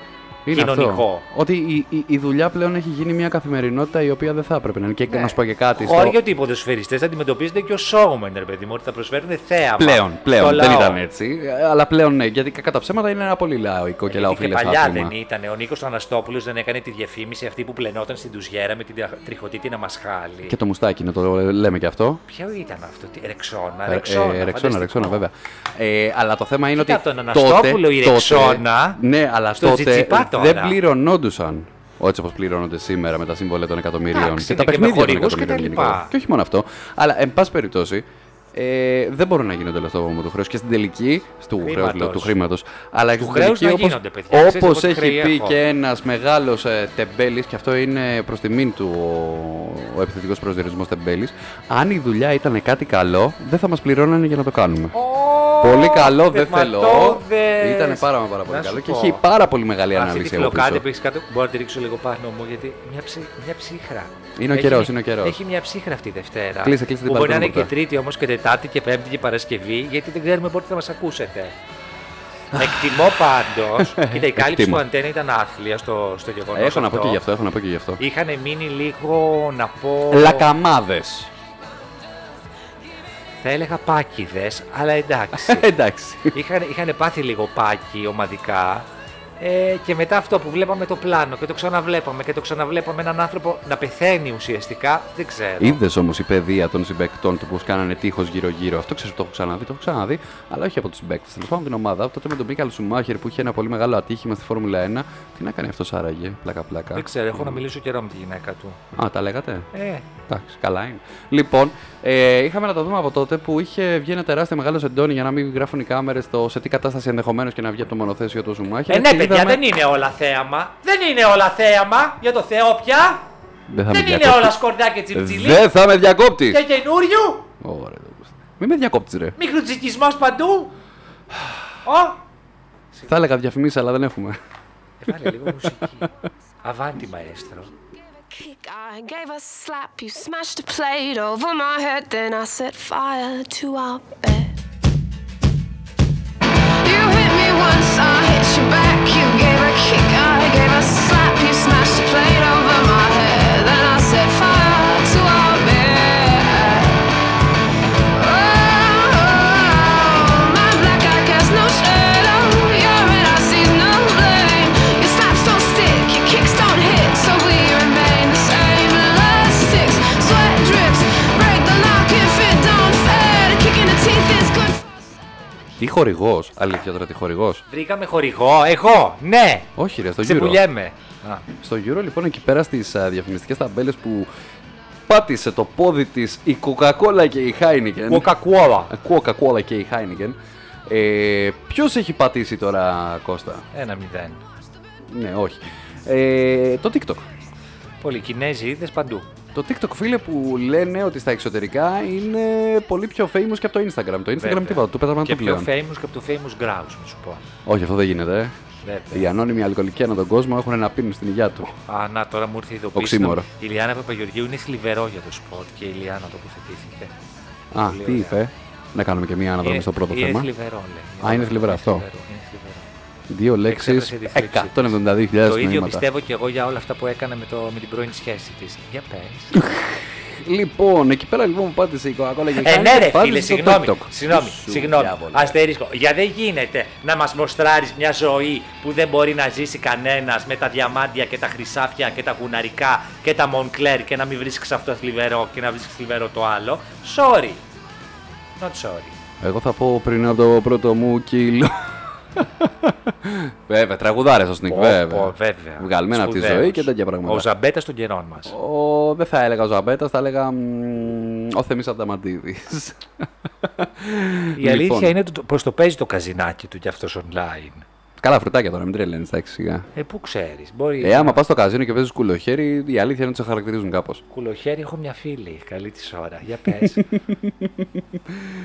[SPEAKER 5] Είναι
[SPEAKER 4] κοινωνικό.
[SPEAKER 5] Αυτό. Ότι η, η, η δουλειά πλέον έχει γίνει μια καθημερινότητα η οποία δεν θα έπρεπε να είναι.
[SPEAKER 4] Ναι.
[SPEAKER 5] Και να σου πω και κάτι. στο-
[SPEAKER 4] Χώρια ότι οι ποδοσφαιριστέ αντιμετωπίζονται και ω showmen, ρε παιδί μου, ότι θα προσφέρουν θέαμα.
[SPEAKER 5] Πλέον,
[SPEAKER 4] στο
[SPEAKER 5] πλέον. Δεν
[SPEAKER 4] λαό.
[SPEAKER 5] ήταν έτσι. ε, Αλλά πλέον ναι, γιατί κακά τα ψέματα είναι ένα πολύ λαοϊκό και
[SPEAKER 4] Γιατί
[SPEAKER 5] λαοφιλέ
[SPEAKER 4] Ε, και παλιά
[SPEAKER 5] άτομα.
[SPEAKER 4] δεν ήταν. Ο Νίκος Αναστόπουλο δεν έκανε τη διαφήμιση αυτή που πλενόταν στην τουζιέρα με την τριχωτή την αμασχάλη.
[SPEAKER 5] Και το μουστάκι, να το λέμε και αυτό.
[SPEAKER 4] Ποιο ήταν αυτό, τι, Ρεξόνα,
[SPEAKER 5] Ε,
[SPEAKER 4] Ρεξόνα.
[SPEAKER 5] ε, ρεξόνα,
[SPEAKER 4] φανταστικό.
[SPEAKER 5] ρεξόνα, βέβαια. Ε, αλλά το θέμα είναι
[SPEAKER 4] Κοίτα
[SPEAKER 5] ότι.
[SPEAKER 4] τον Αναστόπουλο, η Ρεξόνα,
[SPEAKER 5] Ναι, αλλά
[SPEAKER 4] στο
[SPEAKER 5] τότε
[SPEAKER 4] Τζιτσιπά τώρα.
[SPEAKER 5] δεν πληρωνόντουσαν. Έτσι όπως πληρώνονται σήμερα με τα συμβόλαια των εκατομμυρίων
[SPEAKER 4] Εντάξει,
[SPEAKER 5] και τα
[SPEAKER 4] είναι και
[SPEAKER 5] παιχνίδια
[SPEAKER 4] με
[SPEAKER 5] των
[SPEAKER 4] χορηγούς και τα
[SPEAKER 5] εκατομμυρίων.
[SPEAKER 4] λοιπά.
[SPEAKER 5] γενικότερα. Και όχι μόνο αυτό. Αλλά, εν πάση περιπτώσει, ε, δεν μπορούν να γίνονται όλα στο βόμβο του χρέους και στην τελική του
[SPEAKER 4] Χρήματος.
[SPEAKER 5] χρέου, του χρήματος. Αλλά και
[SPEAKER 4] Του
[SPEAKER 5] στην
[SPEAKER 4] χρέους
[SPEAKER 5] τελική,
[SPEAKER 4] να
[SPEAKER 5] όπως-
[SPEAKER 4] γίνονται, παιδιά. Ξέρεις
[SPEAKER 5] όπως
[SPEAKER 4] εγώ τι
[SPEAKER 5] έχει
[SPEAKER 4] χρέη
[SPEAKER 5] πει
[SPEAKER 4] έχω.
[SPEAKER 5] και ένας μεγάλος ε, τεμπέλης, και αυτό είναι προς τιμήν του ο, ο επιθετικός προσδιορισμός τεμπέλης. Αν η δουλειά ήταν κάτι καλό, δεν θα μας πληρώνανε για να το κάνουμε. Πολύ καλό, δεν θέλω.
[SPEAKER 4] θερματώδες.
[SPEAKER 5] Ήταν πάρα, μα πάρα πολύ
[SPEAKER 4] Να σου
[SPEAKER 5] καλό και
[SPEAKER 4] πω.
[SPEAKER 5] έχει πάρα πολύ μεγάλη
[SPEAKER 4] Αυτή τη
[SPEAKER 5] ανάλυση. από
[SPEAKER 4] φλοκάτε
[SPEAKER 5] πίσω.
[SPEAKER 4] που έχει κάτω, μπορώ να τη ρίξω λίγο πάνω μου, γιατί μια, ψυ, μια ψύχρα.
[SPEAKER 5] Είναι ο
[SPEAKER 4] Έχει-
[SPEAKER 5] καιρός, είναι ο καιρός.
[SPEAKER 4] Έχει μια ψύχρα αυτή η Δευτέρα.
[SPEAKER 5] Κλείσε, κλείσε την
[SPEAKER 4] που μπορεί να είναι
[SPEAKER 5] παρατήρηση
[SPEAKER 4] και
[SPEAKER 5] μου,
[SPEAKER 4] Τρίτη όμως και Τετάρτη και Πέμπτη και Παρασκευή, γιατί δεν ξέρουμε πότε θα μας ακούσετε. Εκτιμώ πάντως. Κοίτα, η κάλυψη
[SPEAKER 5] Εκτιμώ.
[SPEAKER 4] του αντένα ήταν άθλια στο, στο γεγονός.
[SPEAKER 5] Έχω να πω και γι' αυτό, έχω να πω και γι' αυτό.
[SPEAKER 4] Είχαν μείνει λίγο να πω.
[SPEAKER 5] Λακαμάδες.
[SPEAKER 4] Θα έλεγα πάκιδες, αλλά εντάξει.
[SPEAKER 5] Ε, Εντάξει.
[SPEAKER 4] είχαν, είχαν πάθει λίγο πάκι ομαδικά. Ε, και μετά αυτό που βλέπαμε το πλάνο και το ξαναβλέπαμε και το ξαναβλέπαμε έναν άνθρωπο να πεθαίνει ουσιαστικά, δεν ξέρω.
[SPEAKER 5] Είδες όμως η παιδεία των συμπεκτών του που κάνανε τείχος γύρω-γύρω. Αυτό ξέρω, το έχω ξαναδεί, το έχω ξαναδεί, αλλά όχι από τους συμπαίκτες. Τέλος πάντων την ομάδα, από τότε με τον Μίκαλ Σουμάχερ που είχε ένα πολύ μεγάλο ατύχημα στη Φόρμουλα 1. Τι να κάνει αυτός άραγε, πλάκα-πλάκα.
[SPEAKER 4] Δεν ξέρω, έχω να μιλήσω καιρό με τη γυναίκα του.
[SPEAKER 5] Α, τα λέγατε.
[SPEAKER 4] Ε,
[SPEAKER 5] Εντάξει, καλά είναι. Λοιπόν, ε, είχαμε να το δούμε από τότε που είχε βγει ένα τεράστιο μεγάλο εντόνι για να μην γράφουν οι κάμερες το σε τι κατάσταση ενδεχομένως και να βγει από το μονοθέσιο του Σουμάχερ.
[SPEAKER 4] ε ναι,
[SPEAKER 5] Και
[SPEAKER 4] παιδιά,
[SPEAKER 5] είδαμε-
[SPEAKER 4] δεν είναι όλα θέαμα. Δεν είναι όλα θέαμα, για το Θεό πια.
[SPEAKER 5] Δεν Ε, θα με
[SPEAKER 4] δεν είναι
[SPEAKER 5] διακόπτεις.
[SPEAKER 4] όλα σκορδιά
[SPEAKER 5] Ε,
[SPEAKER 4] και τσιμτσιλί.
[SPEAKER 5] Δεν θα με διακόπτη.
[SPEAKER 4] Και καινούριου,
[SPEAKER 5] Ωραία, δεν μπορούσα. Μην με διακόπτη, ρε.
[SPEAKER 4] μικρουτζικισμό παντού. Ω,
[SPEAKER 5] Θα έλεγα διαφημίσεις, αλλά δεν έχουμε.
[SPEAKER 4] ε, βάλε λίγο μουσική. Αβάντι μαέστρο.
[SPEAKER 3] kick, I gave a slap. You smashed a plate over my head, then I set fire to our bed. You hit me once, I hit you back. You gave a kick, I gave a slap. You smashed a plate over my head, then I set fire to our bed. Oh, my black eye casts no shadow. Your red eye sees no blame. Your slaps don't stick, your kicks don't hit, so we remain the same. Elastics, sweat drips, break the lock if it don't fit. Kicking the teeth is good.
[SPEAKER 5] Τι χορηγός, αλήθεια τώρα τι χορηγός.
[SPEAKER 4] Βρήκαμε χορηγό, εγώ, ναι.
[SPEAKER 5] Όχι, ρε, στο Euro.
[SPEAKER 4] Ξεπουλιέμαι. Α.
[SPEAKER 5] Στο Euro, λοιπόν, εκεί πέρα στις διαφημιστικές ταμπέλες που πάτησε το πόδι της η Coca-Cola και η Heineken. Ε,
[SPEAKER 4] Coca-Cola.
[SPEAKER 5] Coca-Cola και η Heineken. Ε, Ποιος έχει πατήσει τώρα, Κώστα.
[SPEAKER 4] Ένα μηδέν.
[SPEAKER 5] Ναι, όχι. Ε, το TikTok.
[SPEAKER 4] Πολλοί Κινέζοι είδες παντού.
[SPEAKER 5] Το TikTok, φίλε, που λένε ότι στα εξωτερικά είναι πολύ πιο famous και από το Instagram. Το Instagram
[SPEAKER 4] Βέβαια.
[SPEAKER 5] τίποτα, του πέταγαν
[SPEAKER 4] Και
[SPEAKER 5] το
[SPEAKER 4] πιο
[SPEAKER 5] πλέον.
[SPEAKER 4] famous και από το famous grouse, να σου πω.
[SPEAKER 5] Όχι, αυτό δεν γίνεται. ε.
[SPEAKER 4] Βέβαια.
[SPEAKER 5] Οι ανώνυμοι αλκοολικοί ανά τον κόσμο έχουν να πίνουν στην υγεία του.
[SPEAKER 4] Α, να, τώρα μου ήρθε η ειδοποίηση.
[SPEAKER 5] Οξύμορο.
[SPEAKER 4] Η Λιάννα Παπαγεωργίου είναι θλιβερό για το σπορτ και η Λιάννα τοποθετήθηκε.
[SPEAKER 5] Α,
[SPEAKER 4] Πολύ
[SPEAKER 5] τι
[SPEAKER 4] ωραία.
[SPEAKER 5] είπε. Να κάνουμε και μία αναδρομή
[SPEAKER 4] Είναι-
[SPEAKER 5] στο πρώτο
[SPEAKER 4] είναι
[SPEAKER 5] θέμα.
[SPEAKER 4] θλιβερό, λέει.
[SPEAKER 5] Α, είναι θλιβερό αυτό.
[SPEAKER 4] Είναι θλιβερό, είναι θλιβερό.
[SPEAKER 5] Δύο λέξεις,
[SPEAKER 4] Εξέφρασε τη θλίψη.
[SPEAKER 5] 172.000
[SPEAKER 4] Το ίδιο
[SPEAKER 5] μηνύματα.
[SPEAKER 4] πιστεύω και εγώ για όλα αυτά που έκανα με, το, με την πρώην σχέσης της. Για πες.
[SPEAKER 5] Λοιπόν, εκεί πέρα λοιπόν που πάτησε η Coca-Cola και η
[SPEAKER 4] Ε,
[SPEAKER 5] Heineken,
[SPEAKER 4] ναι, ρε
[SPEAKER 5] πάτησε
[SPEAKER 4] φίλε,
[SPEAKER 5] στο
[SPEAKER 4] συγγνώμη.
[SPEAKER 5] TikTok.
[SPEAKER 4] Συγγνώμη,
[SPEAKER 5] Σου
[SPEAKER 4] συγγνώμη.
[SPEAKER 5] διάβολε.
[SPEAKER 4] Αστερίσκο. Για δεν γίνεται να μας μοστράρεις μια ζωή που δεν μπορεί να ζήσει κανένας με τα διαμάντια και τα χρυσάφια και τα γουναρικά και τα Moncler και να μην βρίσκεις αυτό θλιβερό και να βρίσκεις θλιβερό το άλλο. Sorry. Not sorry.
[SPEAKER 5] Εγώ θα πω πριν από το πρώτο μου κιλό. βέβαια, τραγουδάρες ο Σνικ,
[SPEAKER 4] Πω, πω,
[SPEAKER 5] βέβαια.
[SPEAKER 4] βέβαια.
[SPEAKER 5] Βγαλμένα από τη
[SPEAKER 4] Σπουδαίος.
[SPEAKER 5] ζωή και τέτοια
[SPEAKER 4] Ο
[SPEAKER 5] πράγματα.
[SPEAKER 4] Ζαμπέτας των καιρών μας.
[SPEAKER 5] Ο... Δεν θα έλεγα ο Ζαμπέτας, θα έλεγα μ, ο Θεμής Ανταμαντίδης. Λοιπόν.
[SPEAKER 4] Η αλήθεια είναι πω το παίζει το καζινάκι του κι αυτός online.
[SPEAKER 5] Καλά, φρουτάκια τώρα, μην τρελαίνεις, εντάξει. σιγά.
[SPEAKER 4] Ε, πού ξέρεις. Μπορεί.
[SPEAKER 5] Ε, άμα πας στο καζίνο και παίζεις κουλοχέρι, η αλήθεια είναι ότι σε χαρακτηρίζουν κάπως.
[SPEAKER 4] Κουλοχέρι, έχω μια φίλη. Καλή της ώρα. Για πες.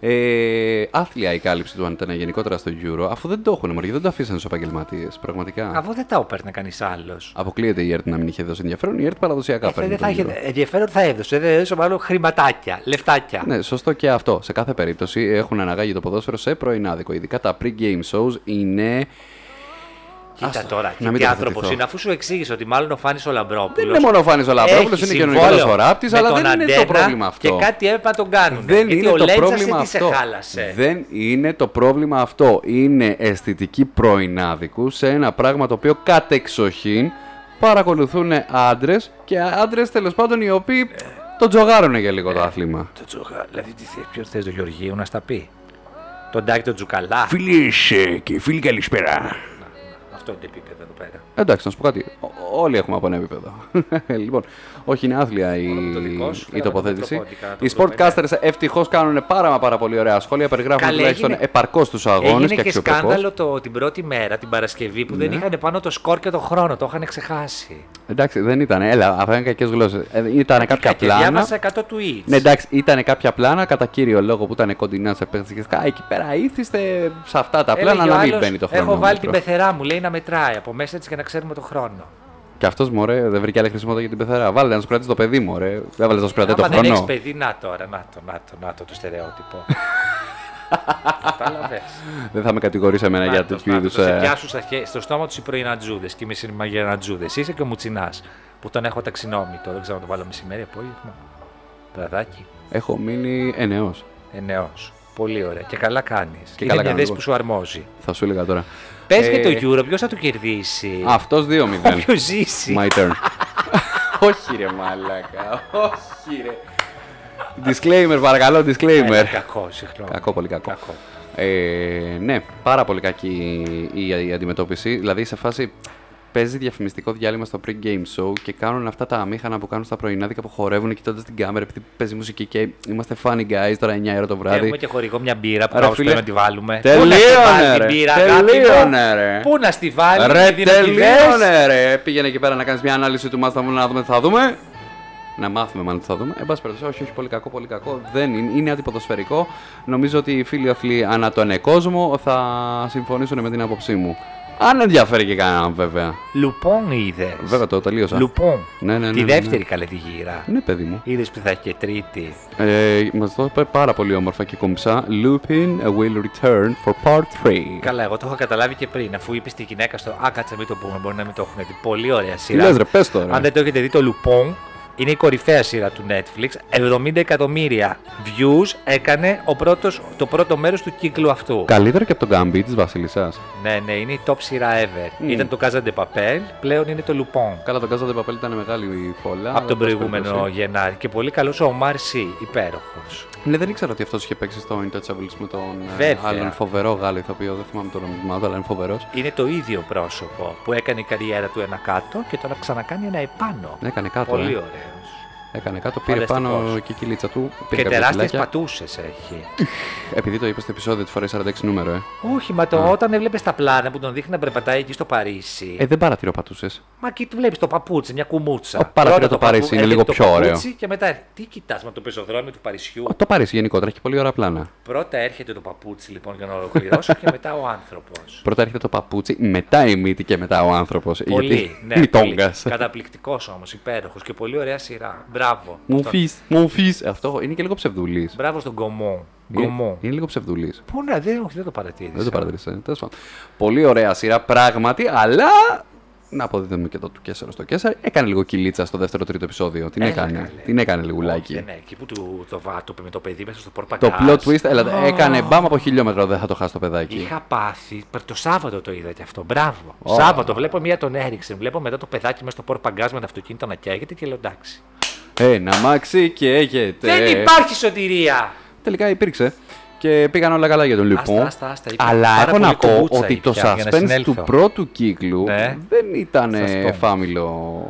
[SPEAKER 5] Ε, άθλια η κάλυψη του αν ήταν γενικότερα στο Euro, αφού δεν το έχουν μωρέ, δεν το αφήσαν στους επαγγελματίες. Πραγματικά.
[SPEAKER 4] Αφού δεν τα όπερνε κανεί άλλος.
[SPEAKER 5] Αποκλείεται η ΕΡΤ να μην είχε δώσει ενδιαφέρον. Η ΕΡΤ παραδοσιακά παίρνει.
[SPEAKER 4] Ε, Δεν
[SPEAKER 5] το
[SPEAKER 4] θα
[SPEAKER 5] Euro.
[SPEAKER 4] είχε ενδιαφέρον, θα έδωσε. Δεν έδωσε μάλλον χρηματάκια, λεφτάκια.
[SPEAKER 5] Ναι, σωστό και αυτό. Σε κάθε περίπτωση έχουν αναγάγει το ποδόσφαιρο σε πρωινάδικο. Ειδικά τα pre-game shows είναι.
[SPEAKER 4] Κοίτα
[SPEAKER 5] Άστο,
[SPEAKER 4] τώρα,
[SPEAKER 5] να μην
[SPEAKER 4] τι
[SPEAKER 5] το
[SPEAKER 4] άνθρωπος
[SPEAKER 5] τοποθετηθώ.
[SPEAKER 4] είναι, αφού σου εξήγησε ότι μάλλον ο Φάνης ο Λαμπρόπουλο.
[SPEAKER 5] Δεν είναι μόνο ο Φάνης ο Λαμπρόπουλο, είναι και ο Νικόλα ο Ράπτη, αλλά δεν είναι το πρόβλημα αυτό.
[SPEAKER 4] Και κάτι έπρεπε να τον κάνουν.
[SPEAKER 5] Δεν
[SPEAKER 4] γιατί
[SPEAKER 5] είναι
[SPEAKER 4] ο
[SPEAKER 5] το
[SPEAKER 4] Λέντζας
[SPEAKER 5] πρόβλημα
[SPEAKER 4] τι σε
[SPEAKER 5] αυτό.
[SPEAKER 4] χάλασε.
[SPEAKER 5] Δεν είναι το πρόβλημα αυτό. Είναι αισθητική πρωινάδικου σε ένα πράγμα το οποίο κατεξοχήν παρακολουθούν άντρες και άντρες τέλος πάντων οι οποίοι το τζογάρουν για λίγο
[SPEAKER 4] Ε.
[SPEAKER 5] το άθλημα.
[SPEAKER 4] Το Τζουχα, δηλαδή τι θες, ποιος θες, τον Γεωργίου να στα πει. Τον Τάκη τον Τζουκαλά.
[SPEAKER 5] Φίλε και φίλοι, καλησπέρα.
[SPEAKER 4] Αυτό είναι το επίπεδο εδώ πέρα.
[SPEAKER 5] Εντάξει, να σου πω κάτι. Ό- Όλοι έχουμε από ένα επίπεδο. λοιπόν, όχι, είναι άθλια η,
[SPEAKER 4] το δικό σου, ε, φέραμε
[SPEAKER 5] η τοποθέτηση.
[SPEAKER 4] το τροποντικά, το
[SPEAKER 5] Οι sportcasters ευτυχώς κάνουν πάρα, μα πάρα πολύ ωραία σχόλια. Περιγράφουν
[SPEAKER 4] Καλέ,
[SPEAKER 5] τουλάχιστον
[SPEAKER 4] έγινε-
[SPEAKER 5] επαρκώς τους αγώνες
[SPEAKER 4] Έγινε
[SPEAKER 5] και
[SPEAKER 4] και
[SPEAKER 5] αξιοπρεπώς. Ναι.
[SPEAKER 4] σκάνδαλο το, την πρώτη μέρα, την Παρασκευή, που δεν είχαν πάνω το σκορ και το χρόνο. Το είχαν ξεχάσει. Ε,
[SPEAKER 5] Εντάξει, δεν ήταν. Έλα, αυτά είναι κακέ γλώσσε. Ήταν κάποια
[SPEAKER 4] Και
[SPEAKER 5] πλάνα.
[SPEAKER 4] Διάβασα 100 tweets.
[SPEAKER 5] Ναι, εντάξει, ήταν κάποια πλάνα κατά κύριο λόγο που ήταν κοντινά σε παίχτες και σκά. Εκεί πέρα ήθιστε σε αυτά τα
[SPEAKER 4] Έλεγε
[SPEAKER 5] πλάνα
[SPEAKER 4] ο
[SPEAKER 5] να μην
[SPEAKER 4] άλλος,
[SPEAKER 5] μπαίνει το χρόνο.
[SPEAKER 4] Έχω βάλει την πεθερά μου, λέει να μετράει από μέσα έτσι για να ξέρουμε το χρόνο.
[SPEAKER 5] Και αυτός μωρέ δεν βρήκε άλλη χρησιμότητα για την πεθερά. Βάλε να σου κρατήσει το παιδί μου, ρε. Δεν βάλες να σου κρατάει το
[SPEAKER 4] Άμα δεν έχει
[SPEAKER 5] χρόνο.
[SPEAKER 4] παιδί, να τώρα, να το, να το, να το, το στερεότυπο. Κατάλαβες.
[SPEAKER 5] Δεν θα με κατηγορήσει εμένα Ναι, για τέτοιου ε, είδους.
[SPEAKER 4] Σε πιάσουν στα χέρια- στο στόμα τους οι πρωινατζούδε και οι μεσημεριανατζούδε. Είσαι και ο Μουτσινάς που τον έχω ταξινόμη τώρα, δεν ξέρω να το βάλω μεσημέρι, απόγευμα. Βραδάκι.
[SPEAKER 5] Έχω μείνει ενεό.
[SPEAKER 4] Ενεό. Πολύ ωραία. Και καλά κάνεις. Και
[SPEAKER 5] καλά
[SPEAKER 4] είναι μια
[SPEAKER 5] κάνω,
[SPEAKER 4] θέση
[SPEAKER 5] λοιπόν.
[SPEAKER 4] που σου αρμόζει.
[SPEAKER 5] Θα σου έλεγα τώρα.
[SPEAKER 4] Πες
[SPEAKER 5] Ε,
[SPEAKER 4] για το Euro, ποιος θα το κερδίσει.
[SPEAKER 5] Αυτός 2-0.
[SPEAKER 4] Όποιο ζήσει. Ε,
[SPEAKER 5] My turn. Όχι ρε μαλάκα, όχι ρε. Disclaimer παρακαλώ, disclaimer.
[SPEAKER 4] Ε, Κακό, συγγνώμη.
[SPEAKER 5] Κακό, πολύ κακό. Ε, ναι, πάρα πολύ κακή η, η αντιμετώπιση. Δηλαδή σε φάση παίζει διαφημιστικό διάλειμμα στο pre-game show και κάνουν αυτά τα αμήχανα που κάνουν στα πρωινάδικα που χορεύουν κοιτώντας την κάμερα επειδή παίζει μουσική και είμαστε funny guys τώρα 9 ώρα το βράδυ.
[SPEAKER 4] Έχουμε και χορηγό μια μπύρα που
[SPEAKER 5] Ρε,
[SPEAKER 4] κάπως
[SPEAKER 5] φίλε,
[SPEAKER 4] πρέπει να τη βάλουμε. Πού να στη
[SPEAKER 5] Τελείωνε
[SPEAKER 4] βάλει την
[SPEAKER 5] ρε,
[SPEAKER 4] μπύρα, αγάπη μου?
[SPEAKER 5] τελείωνε ρε.
[SPEAKER 4] Πού να στη βάλει,
[SPEAKER 5] Ρε
[SPEAKER 4] επειδή να τη δες.
[SPEAKER 5] τελείωνε ρε. Πήγαινε εκεί πέρα να κάνεις μια ανάλυση του μάτς, θα να δούμε τι θα δούμε. Να μάθουμε μάλλον τι θα δούμε. Εν πάση περιπτώσει, όχι, όχι, πολύ κακό, πολύ κακό. Δεν είναι, είναι αντιποδοσφαιρικό. Νομίζω ότι οι φίλοι αθλοί ανά τον κόσμο θα συμφωνήσουν με την άποψή μου. Αν ενδιαφέρει και κανέναν, βέβαια.
[SPEAKER 4] Λουπών είδες.
[SPEAKER 5] Βέβαια, το τελείωσα.
[SPEAKER 4] Λουπών.
[SPEAKER 5] Ναι, ναι, ναι,
[SPEAKER 4] Τη
[SPEAKER 5] ναι, ναι.
[SPEAKER 4] δεύτερη καλέ τη γύρα.
[SPEAKER 5] Ναι, παιδί μου.
[SPEAKER 4] Είδες που θα έχει και τρίτη.
[SPEAKER 5] Ε, Μας το είπε πάρα πολύ όμορφα και κομψά. Lupin will return for part 3.
[SPEAKER 4] Καλά, εγώ το είχα καταλάβει και πριν, αφού είπες στη γυναίκα στο Α, κάτσε μην το πούμε, μπορεί να μην το έχουν δει. Πολύ ωραία
[SPEAKER 5] Τι
[SPEAKER 4] σειρά.
[SPEAKER 5] λες ρε, πες το, ρε.
[SPEAKER 4] Αν δεν το έχετε δει, το Λουπόν είναι η κορυφαία σειρά του Netflix. 70 εκατομμύρια views έκανε ο πρώτος, το πρώτο μέρος του κύκλου αυτού.
[SPEAKER 5] Καλύτερα και από τον Γκάμπι της Βασίλισσας.
[SPEAKER 4] Ναι, ναι, είναι η top σειρά ever.
[SPEAKER 5] Μμμ.
[SPEAKER 4] Ήταν το Casa de Papel, πλέον είναι το Lupin.
[SPEAKER 5] Καλά, τον Κάζα Παπέλ ήταν μεγάλη η φωλά.
[SPEAKER 4] από τον
[SPEAKER 5] αλλά, εν πάση
[SPEAKER 4] προηγούμενο
[SPEAKER 5] περιπτώσει.
[SPEAKER 4] Γενάρη. Και πολύ καλός ο Ομάρ Σι, υπέροχος.
[SPEAKER 5] Ναι, δεν ήξερα ότι αυτός είχε παίξει στο Intouchables με τον ε,
[SPEAKER 4] Βέβαια.
[SPEAKER 5] άλλον φοβερό Γάλλο ηθοποιό. Δεν θυμάμαι το όνομα του, αλλά είναι φοβερός.
[SPEAKER 4] Είναι το ίδιο πρόσωπο που έκανε η καριέρα του ένα κάτω και τώρα ξανακάνει ένα επάνω.
[SPEAKER 5] Έκανε κάτω.
[SPEAKER 4] πολύ
[SPEAKER 5] Ναι, ε.
[SPEAKER 4] ωραίο.
[SPEAKER 5] Έκανε κάτω, πήρε
[SPEAKER 4] Φανταστικός.
[SPEAKER 5] πάνω και η κυλίτσα του. Πήρε
[SPEAKER 4] Και
[SPEAKER 5] κάποια
[SPEAKER 4] τεράστιε
[SPEAKER 5] κιλάκια.
[SPEAKER 4] πατούσες έχει.
[SPEAKER 5] Επειδή το είπα στο επεισόδιο τη φορά 46 νούμερο, ε.
[SPEAKER 4] Όχι, μα το όταν έβλεπες τα πλάνα που τον δείχνει να περπατάει εκεί στο Παρίσι.
[SPEAKER 5] Ε, δεν παρατηρώ πατούσες.
[SPEAKER 4] Μα εκεί βλέπεις το παπούτσι, μια κουμούτσα.
[SPEAKER 5] Ο, παρατηρώ
[SPEAKER 4] Πρώτα
[SPEAKER 5] το Παρίσι,
[SPEAKER 4] παπού-
[SPEAKER 5] είναι
[SPEAKER 4] έπειτα
[SPEAKER 5] λίγο
[SPEAKER 4] το
[SPEAKER 5] πιο ωραίο.
[SPEAKER 4] παπούτσι Και μετά, τι κοιτάς με το πεζοδρόμιο του Παρισιού.
[SPEAKER 5] Το Παρίσι γενικότερα έχει πολύ ωραία πλάνα.
[SPEAKER 4] Πρώτα έρχεται το παπούτσι λοιπόν για να ολοκληρώσω και μετά ο άνθρωπος.
[SPEAKER 5] Πρώτα έρχεται το παπούτσι, μετά η μύτη και μετά ο άνθρωπος.
[SPEAKER 4] Πολύ,
[SPEAKER 5] Γιατί...
[SPEAKER 4] ναι.
[SPEAKER 5] Μητόγκα.
[SPEAKER 4] Καταπληκτικός όμως, υπέροχος και πολύ ωραία σειρά. Μπράβο. Στον-
[SPEAKER 5] Μουφί, μουφί. Αυτό είναι και λίγο ψευδουλής.
[SPEAKER 4] Μπράβο στον Γκομό.
[SPEAKER 5] Είναι,
[SPEAKER 4] Γκομό.
[SPEAKER 5] είναι λίγο ψευδουλής.
[SPEAKER 4] Πού να, δεν, όχι, δεν το παρατήρησα.
[SPEAKER 5] Ε, Δεν το παρατηρήσα. Τέλος πάντων. Πολύ ωραία σειρά, πράγματι, αλλά. Να αποδίδουμε και το του Κέσσερα στο Κέσσερα. Έκανε λίγο κυλίτσα στο δεύτερο-τρίτο επεισόδιο. Την
[SPEAKER 4] Έλα,
[SPEAKER 5] έκανε.
[SPEAKER 4] καλέ.
[SPEAKER 5] Την έκανε λιγουλάκι.
[SPEAKER 4] Όχι, Ναι, εκεί που του, το βάτοπε με το παιδί μέσα στο πόρπα
[SPEAKER 5] Το plot twist, έλα, έκανε μπαμ από χιλιόμετρο. Δεν θα το χάσει το παιδάκι.
[SPEAKER 4] Είχα πάθει, πρ- το Σάββατο το είδα και αυτό. Μπράβο.
[SPEAKER 5] Ω.
[SPEAKER 4] Σάββατο βλέπω μία τον Έριξεν. Βλέπω μετά το παιδάκι μέσα στο πόρ παγκάζ με το αυτοκίνητο να καίγεται και λέω εντάξει.
[SPEAKER 5] Ένα μάξι Ε, και έγεται.
[SPEAKER 4] Δεν υπάρχει σωτηρία!
[SPEAKER 5] Τελικά υπήρξε. Και πήγαν όλα καλά για τον λοιπόν.
[SPEAKER 4] Άστα, άστα, άστα, είπα.
[SPEAKER 5] Αλλά
[SPEAKER 4] Πάρα
[SPEAKER 5] έχω να
[SPEAKER 4] πολύ
[SPEAKER 5] πω
[SPEAKER 4] κομπούτσα
[SPEAKER 5] ότι το
[SPEAKER 4] ήπια, για να
[SPEAKER 5] suspense
[SPEAKER 4] συνέλθω.
[SPEAKER 5] του πρώτου κύκλου
[SPEAKER 4] Ναι.
[SPEAKER 5] δεν ήταν
[SPEAKER 4] Σας πω.
[SPEAKER 5] εφάμιλο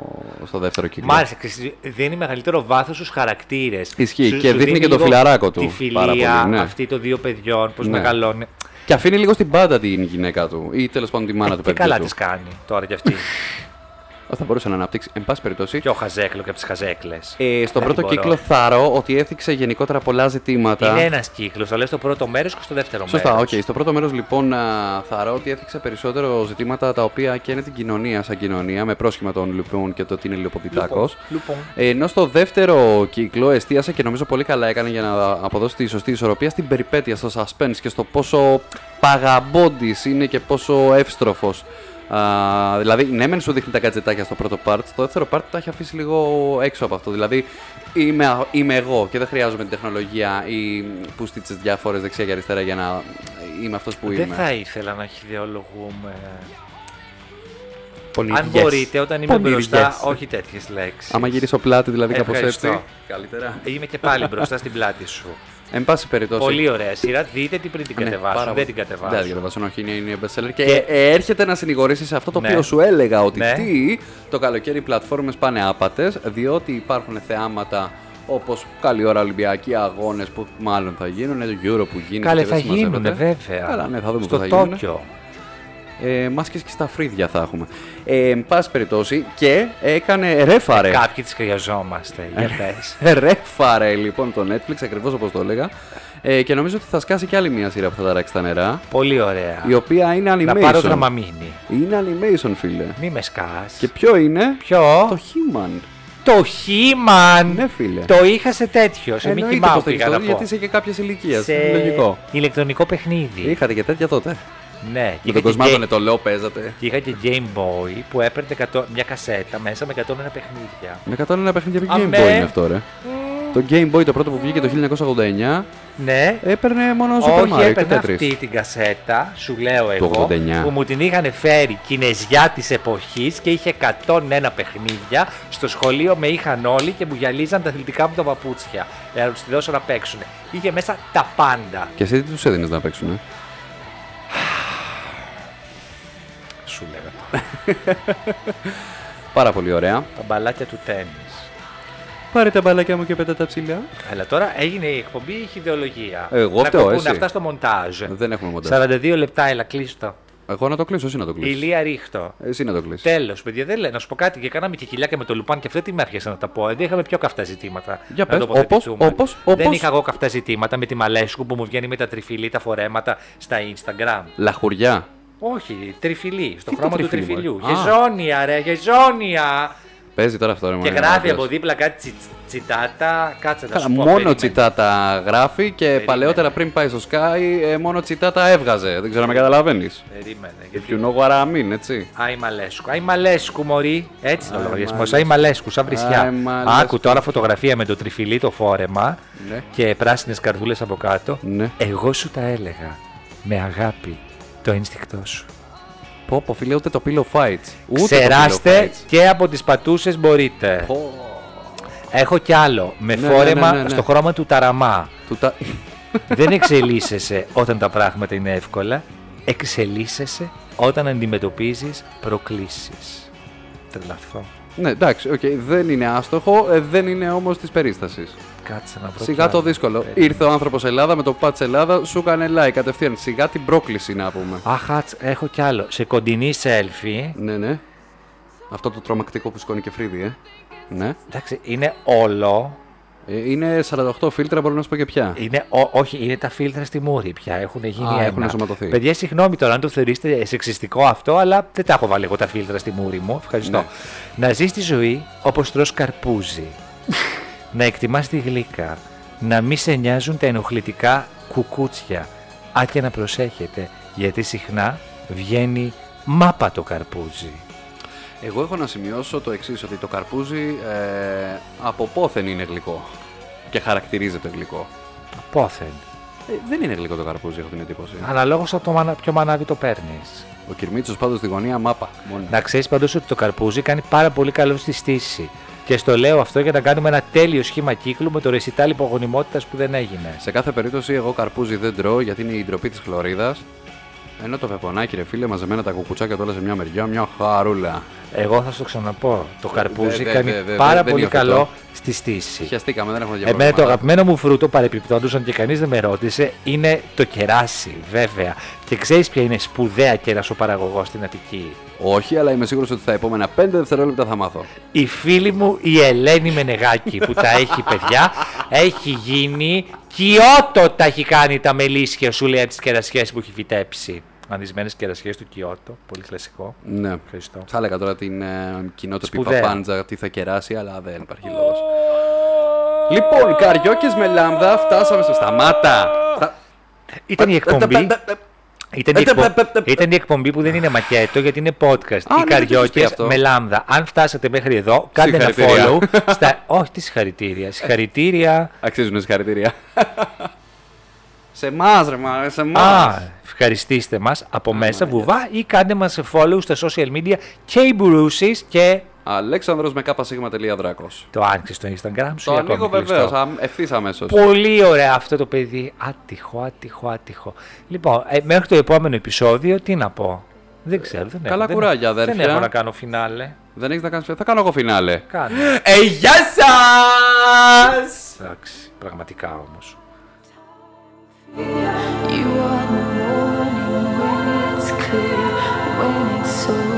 [SPEAKER 5] στο δεύτερο κύκλο.
[SPEAKER 4] Μ' άρεσε. ξέρεις, Δίνει μεγαλύτερο βάθος στους χαρακτήρες.
[SPEAKER 5] Ισχύει, και δείχνει και το φιλαράκο του
[SPEAKER 4] Τη
[SPEAKER 5] πάρα πολύ,
[SPEAKER 4] φιλία
[SPEAKER 5] ναι.
[SPEAKER 4] αυτή των δύο παιδιών, πώς
[SPEAKER 5] Ναι.
[SPEAKER 4] μεγαλώνει.
[SPEAKER 5] Και αφήνει λίγο στην πάντα την γυναίκα του ή τέλος πάντων τη μάνα του
[SPEAKER 4] Και
[SPEAKER 5] παιδιού
[SPEAKER 4] Ε, καλά
[SPEAKER 5] του.
[SPEAKER 4] της κάνει τώρα κι αυτή.
[SPEAKER 5] Θα μπορούσε να αναπτύξει, εν πάση περιπτώσει.
[SPEAKER 4] και ο Χαζέκλο και από τις Χαζέκλες.
[SPEAKER 5] Ε, στον πρώτο κύκλο θαρώ ότι έθιξε γενικότερα πολλά ζητήματα.
[SPEAKER 4] Είναι ένας κύκλος. Το λες στο πρώτο μέρος και στο δεύτερο μέρο.
[SPEAKER 5] Σωστά, οκ. Στο πρώτο μέρος, λοιπόν, α, θαρώ ότι έθιξε περισσότερο ζητήματα τα οποία και είναι την κοινωνία σαν κοινωνία, με πρόσχημα των Λουπών και το ότι είναι Λιωποπιτάκο.
[SPEAKER 4] Λοιπόν,
[SPEAKER 5] Ενώ στο δεύτερο κύκλο εστίασε και νομίζω πολύ καλά έκανε για να αποδώσει τη σωστή ισορροπία στην περιπέτεια, στο suspense και στο πόσο παγαμπόντης είναι και πόσο εύστροφος. δηλαδή, ναι, μεν σου δείχνει τα κατζετάκια στο πρώτο part, στο δεύτερο part τα έχει αφήσει λίγο έξω από αυτό. Δηλαδή, είμαι, α- είμαι εγώ και δεν χρειάζομαι την τεχνολογία ή που στίτσε διάφορες δεξιά και αριστερά για να είμαι αυτός που
[SPEAKER 4] δεν
[SPEAKER 5] είμαι.
[SPEAKER 4] θα ήθελα να ιδεολογούμε.
[SPEAKER 5] Πονηριές.
[SPEAKER 4] Αν μπορείτε, όταν είμαι
[SPEAKER 5] Πονηριές.
[SPEAKER 4] μπροστά, όχι τέτοιες λέξεις.
[SPEAKER 5] Άμα γυρίσω πλάτη, δηλαδή κάπως
[SPEAKER 4] Ευχαριστώ.
[SPEAKER 5] έτσι. Καλύτερα.
[SPEAKER 4] Είμαι και πάλι μπροστά στην πλάτη σου.
[SPEAKER 5] Εν πάση περιπτώσει.
[SPEAKER 4] Πολύ ωραία σειρά. Δείτε την πριν την
[SPEAKER 5] Ναι, πάρα
[SPEAKER 4] κατεβάσω.
[SPEAKER 5] πολύ.
[SPEAKER 4] Δεν την
[SPEAKER 5] Δεν την
[SPEAKER 4] κατεβάσω.
[SPEAKER 5] κατεβάσω, όχι, είναι, είναι bestseller. Και, ε, έρχεται να συνηγορήσει σε αυτό το
[SPEAKER 4] Ναι.
[SPEAKER 5] οποίο σου έλεγα ότι
[SPEAKER 4] Ναι.
[SPEAKER 5] τι, το καλοκαίρι οι πλατφόρμες πάνε άπατες, διότι υπάρχουν θεάματα όπως καλή ώρα Ολυμπιακοί αγώνες που μάλλον θα γίνουν, το Euro που γίνεται.
[SPEAKER 4] Καλέ,
[SPEAKER 5] και
[SPEAKER 4] θα
[SPEAKER 5] δεν
[SPEAKER 4] γίνουν,
[SPEAKER 5] συμμαζεύεται.
[SPEAKER 4] βέβαια.
[SPEAKER 5] Καλά, ναι, θα δούμε
[SPEAKER 4] Στο
[SPEAKER 5] που θα γίνουνε.
[SPEAKER 4] Τόκιο.
[SPEAKER 5] Ε, μάσκες και στα φρύδια θα έχουμε. Ε, εν πάση περιπτώσει, και έκανε ρέφαρε.
[SPEAKER 4] Κάποιοι τις χρειαζόμαστε.
[SPEAKER 5] Ε.
[SPEAKER 4] Για πες.
[SPEAKER 5] Ρέφαρε λοιπόν το Netflix, ακριβώς όπως το έλεγα. Ε, και νομίζω ότι θα σκάσει και άλλη μια σειρά που θα ταράξει τα νερά.
[SPEAKER 4] Πολύ ωραία.
[SPEAKER 5] Η οποία είναι animation.
[SPEAKER 4] Να πάρω δραμαμίνη.
[SPEAKER 5] Είναι animation, φίλε.
[SPEAKER 4] Μη με σκάς.
[SPEAKER 5] Και ποιο είναι?
[SPEAKER 4] Ποιο?
[SPEAKER 5] Το Human.
[SPEAKER 4] Το Χίμαν.
[SPEAKER 5] Ναι, φίλε.
[SPEAKER 4] Το είχα σε τέτοιο. Σε μη
[SPEAKER 5] Εννοείται
[SPEAKER 4] Χιμάου
[SPEAKER 5] πως το έχεις
[SPEAKER 4] πήγα να
[SPEAKER 5] δει,
[SPEAKER 4] πω.
[SPEAKER 5] γιατί είσαι και κάποια ηλικίας.
[SPEAKER 4] Σε
[SPEAKER 5] Λογικό.
[SPEAKER 4] ηλεκτρονικό παιχνίδι.
[SPEAKER 5] Είχατε και τέτοια τότε.
[SPEAKER 4] Ναι,
[SPEAKER 5] Με
[SPEAKER 4] είχα
[SPEAKER 5] τον
[SPEAKER 4] και
[SPEAKER 5] Κοσμάδωνε
[SPEAKER 4] Game-
[SPEAKER 5] το λέω, παίζατε.
[SPEAKER 4] και είχα και Game Boy που έπαιρνε 100 μια κασέτα μέσα με 101 παιχνίδια.
[SPEAKER 5] Με 101 παιχνίδια από Game
[SPEAKER 4] Αμέ.
[SPEAKER 5] Boy είναι αυτό, ρε. Το Game Boy το πρώτο που βγήκε το 1989
[SPEAKER 4] Ναι,
[SPEAKER 5] έπαιρνε μόνο Super
[SPEAKER 4] όχι,
[SPEAKER 5] Mario και
[SPEAKER 4] έπαιρνε αυτή
[SPEAKER 5] Tetris.
[SPEAKER 4] την κασέτα, σου λέω εγώ,
[SPEAKER 5] 89.
[SPEAKER 4] που μου την είχαν φέρει Κινεζιά της εποχής και είχε 101 παιχνίδια. Στο σχολείο με είχαν όλοι και μου γυαλίζαν τα αθλητικά μου τα παπούτσια. Για να τους τη δώσω να παίξουν. Είχε μέσα τα πάντα.
[SPEAKER 5] Και εσύ τι τους έδινες να παίξουν.
[SPEAKER 4] Σου λέγα.
[SPEAKER 5] Πάρα πολύ ωραία.
[SPEAKER 4] Τα μπαλάκια του τέννη.
[SPEAKER 5] Πάρε τα μπαλάκια μου και πέτα τα ψηλά.
[SPEAKER 4] Αλλά τώρα έγινε η εκπομπή, είχε ιδεολογία.
[SPEAKER 5] Εγώ
[SPEAKER 4] Να
[SPEAKER 5] φταίω,
[SPEAKER 4] κοπούν
[SPEAKER 5] εσύ.
[SPEAKER 4] αυτά στο μοντάζ.
[SPEAKER 5] Δεν έχουμε μοντάζ.
[SPEAKER 4] 42 λεπτά, έλα, κλείστο.
[SPEAKER 5] Εγώ να το κλείσω, εσύ να το κλείσει.
[SPEAKER 4] Ηλία ρίχτο.
[SPEAKER 5] Εσύ να το κλείσει.
[SPEAKER 4] Τέλος, παιδιά, δεν λέω. Να σου πω κάτι και κάναμε και χιλιάκια με το Λουπάν και αυτό τι με άρχισε να τα πω. Δεν είχαμε πιο καυτά ζητήματα.
[SPEAKER 5] Για
[SPEAKER 4] να
[SPEAKER 5] πες,
[SPEAKER 4] τοποθετηθούμε.
[SPEAKER 5] όπως, όπως, όπως.
[SPEAKER 4] Δεν είχα εγώ καυτά ζητήματα με τη Μαλέσκου που μου βγαίνει με τα τριφυλή, τα φορέματα στα Instagram.
[SPEAKER 5] Λαχουριά.
[SPEAKER 4] Όχι, τριφυλή, στο
[SPEAKER 5] Τι το
[SPEAKER 4] χρώμα του
[SPEAKER 5] τριφυλί,
[SPEAKER 4] τριφυλιού.
[SPEAKER 5] μωρέ? Α.
[SPEAKER 4] Γεζόνια, ρε, γεζόνια!
[SPEAKER 5] Παίζει τώρα αυτό, ρε
[SPEAKER 4] Και
[SPEAKER 5] μωρέ,
[SPEAKER 4] γράφει
[SPEAKER 5] να
[SPEAKER 4] από
[SPEAKER 5] πες.
[SPEAKER 4] δίπλα κάτι τσι- τσιτάτα. Κάτσε να
[SPEAKER 5] Καλά,
[SPEAKER 4] σου πω.
[SPEAKER 5] μόνο
[SPEAKER 4] περίμενε.
[SPEAKER 5] τσιτάτα γράφει και παλαιότερα πριν πάει στο Sky ε, μόνο τσιτάτα έβγαζε. Δεν ξέρω αν με καταλαβαίνεις.
[SPEAKER 4] Περίμενε.
[SPEAKER 5] If
[SPEAKER 4] γιατί-
[SPEAKER 5] you know what I mean, έτσι.
[SPEAKER 4] Άι Μαλέσκου. Άι Μαλέσκου, Μωρή. Έτσι είναι ο
[SPEAKER 5] Άι
[SPEAKER 4] λογαριασμός.
[SPEAKER 5] Μαλέσκου.
[SPEAKER 4] Άι Μαλέσκου, σαν
[SPEAKER 5] Άι
[SPEAKER 4] βρισιά.
[SPEAKER 5] Μαλέσκου.
[SPEAKER 4] Άκου τώρα φωτογραφία με το τριφυλί το φόρεμα
[SPEAKER 5] Ναι.
[SPEAKER 4] και πράσινες καρδούλες από κάτω.
[SPEAKER 5] Ναι.
[SPEAKER 4] Εγώ σου τα έλεγα με αγάπη το ένστικτό σου.
[SPEAKER 5] Πω, πω, φίλε, ούτε το pillow fights. Ούτε το
[SPEAKER 4] Ξεράστε
[SPEAKER 5] pillow fights.
[SPEAKER 4] και από τις πατούσες μπορείτε.
[SPEAKER 5] Πω,
[SPEAKER 4] Έχω κι άλλο. Με
[SPEAKER 5] Ναι, ναι,
[SPEAKER 4] φόρεμα
[SPEAKER 5] ναι, ναι, ναι.
[SPEAKER 4] στο χρώμα του ταραμά.
[SPEAKER 5] του τα...
[SPEAKER 4] Δεν εξελίσσεσαι όταν τα πράγματα είναι εύκολα. Εξελίσσεσαι όταν αντιμετωπίζεις προκλήσεις. Τρελαθώ.
[SPEAKER 5] Ναι, εντάξει, οκ, δεν είναι άστοχο, ε, δεν είναι όμως της περίστασης.
[SPEAKER 4] Κάτσε να βρω. Ε,
[SPEAKER 5] Σιγά το δύσκολο. Ήρθε ο άνθρωπος Ελλάδα με το πατ Ελλάδα, σου έκανε like κατευθείαν. Σιγά την πρόκληση να πούμε.
[SPEAKER 4] Αχ, άτς, έχω κι άλλο. Σε κοντινή selfie.
[SPEAKER 5] Ναι, ναι. Αυτό το τρομακτικό που σηκώνει και φρύδι, ε. Ναι.
[SPEAKER 4] Εντάξει, είναι όλο.
[SPEAKER 5] Ε, Είναι 48 φίλτρα, μπορώ να σου πω και πια.
[SPEAKER 4] Είναι, ό, όχι, είναι τα φίλτρα στη μούρη πια. Έχουν γίνει
[SPEAKER 5] Α,
[SPEAKER 4] ένα.
[SPEAKER 5] έχουν ενσωματωθεί.
[SPEAKER 4] Παιδιά, συγγνώμη τώρα αν το θεωρήσετε σεξιστικό αυτό, αλλά δεν τα έχω βάλει εγώ τα φίλτρα στη μούρη μου. Ευχαριστώ.
[SPEAKER 5] Ναι.
[SPEAKER 4] Να ζεις τη ζωή όπως τρώ καρπούζι. να εκτιμάς τη γλύκα. Να μη σε νοιάζουν τα ενοχλητικά κουκούτσια. Α και να προσέχετε, γιατί συχνά βγαίνει μάπα το καρπούζι.
[SPEAKER 5] Εγώ έχω να σημειώσω το εξής, ότι το καρπούζι ε, από πόθεν είναι γλυκό. Και χαρακτηρίζεται γλυκό.
[SPEAKER 4] Πόθεν.
[SPEAKER 5] Ε, δεν είναι γλυκό το καρπούζι, έχω την εντύπωση.
[SPEAKER 4] Αναλόγως από το μανα- ποιο μανάβι το παίρνεις.
[SPEAKER 5] Ο Κυρμίτσος πάντως στη γωνία μάπα. Μόνος.
[SPEAKER 4] Να ξέρεις πάντως ότι το καρπούζι κάνει πάρα πολύ καλό στη στήση. Και στο λέω αυτό για να κάνουμε ένα τέλειο σχήμα κύκλου με το ρεσιτάλ υπογονιμότητας που δεν έγινε.
[SPEAKER 5] Σε κάθε περίπτωση, εγώ καρπούζι δεν τρώω γιατί είναι η ντροπή της χλωρίδας. Ενώ το πεπονάκι, ρε φίλε, μαζεμένα τα κουκουτσάκια όλα σε μια μεριά, μια χαρούλα.
[SPEAKER 4] Εγώ θα σου το ξαναπώ. Το καρπούζι
[SPEAKER 5] Δε, δε,
[SPEAKER 4] κάνει
[SPEAKER 5] δε, δε,
[SPEAKER 4] πάρα
[SPEAKER 5] δεν είναι
[SPEAKER 4] πολύ
[SPEAKER 5] αυτό.
[SPEAKER 4] καλό στη στήση.
[SPEAKER 5] Χιαστήκαμε, δεν έχουμε διαβάσει.
[SPEAKER 4] Εμένα το αγαπημένο μου φρούτο, παρεπιπτόντω, αν και κανείς δεν με ρώτησε, είναι το κεράσι, βέβαια. Και ξέρεις ποια είναι σπουδαία κερασοπαραγωγό στην Αττική.
[SPEAKER 5] Όχι, αλλά είμαι σίγουρος ότι στα επόμενα 5 δευτερόλεπτα θα μάθω.
[SPEAKER 4] Η φίλη μου η Ελένη Μενεγάκη που τα έχει παιδιά έχει γίνει Κιώτο τα έχει κάνει τα μελίσια σου λέει από τις κερασιές που έχει φυτέψει. Ανισμένες κερασιές του Κιώτο, πολύ κλασικό.
[SPEAKER 5] Ναι.
[SPEAKER 4] Ευχαριστώ.
[SPEAKER 5] Θα έλεγα τώρα την ε, κοινότοπη
[SPEAKER 4] Σπουδαία.
[SPEAKER 5] παπάντζα τι θα κεράσει, αλλά δεν υπάρχει λόγος. Λοιπόν, καριόκες με λάμδα, φτάσαμε στο σταμάτα. Στα-
[SPEAKER 4] Ήταν η εκπομπή... Ήταν η, εκπο- ήταν η εκπομπή που δεν είναι μακέτο γιατί είναι podcast.
[SPEAKER 5] ναι,
[SPEAKER 4] Οι
[SPEAKER 5] δεν το σκέφτηκα
[SPEAKER 4] καριόκε
[SPEAKER 5] αυτό.
[SPEAKER 4] με λάμδα. Αν φτάσατε μέχρι εδώ, κάντε ένα
[SPEAKER 5] Συγχαρητήρια.
[SPEAKER 4] follow. Στα... Όχι, τι συγχαρητήρια. Συγχαρητήρια.
[SPEAKER 5] Αξίζουν συγχαρητήρια. σε εμάς, ρε μα, σε εμάς.
[SPEAKER 4] Α, ευχαριστήστε μας από
[SPEAKER 5] Ναι,
[SPEAKER 4] μέσα, βουβά, ή κάντε μας follow στα social media και οι μπουρούσει και
[SPEAKER 5] Αλέξανδρος με κάπα
[SPEAKER 4] το άνοιξες στο Instagram σου.
[SPEAKER 5] Το
[SPEAKER 4] ή ακόμη
[SPEAKER 5] ανοίγω
[SPEAKER 4] κλειστό?
[SPEAKER 5] βεβαίως, ευθύς αμέσως.
[SPEAKER 4] Πολύ ωραία αυτό το παιδί. Άτυχο, άτυχο, άτυχο. Λοιπόν, ε, μέχρι το επόμενο επεισόδιο τι να πω. Δεν ξέρω, δεν έχω.
[SPEAKER 5] καλά
[SPEAKER 4] δεν-
[SPEAKER 5] κουράγια,
[SPEAKER 4] Δεν
[SPEAKER 5] αδέρφια.
[SPEAKER 4] έχω να κάνω φινάλε.
[SPEAKER 5] Δεν έχεις να κάνεις. Θα κάνω εγώ φινάλε.
[SPEAKER 4] Κάνω.
[SPEAKER 5] Ε, γεια σας!
[SPEAKER 4] Εντάξει, πραγματικά όμως.
[SPEAKER 3] You are the morning when it's clear, when it's over.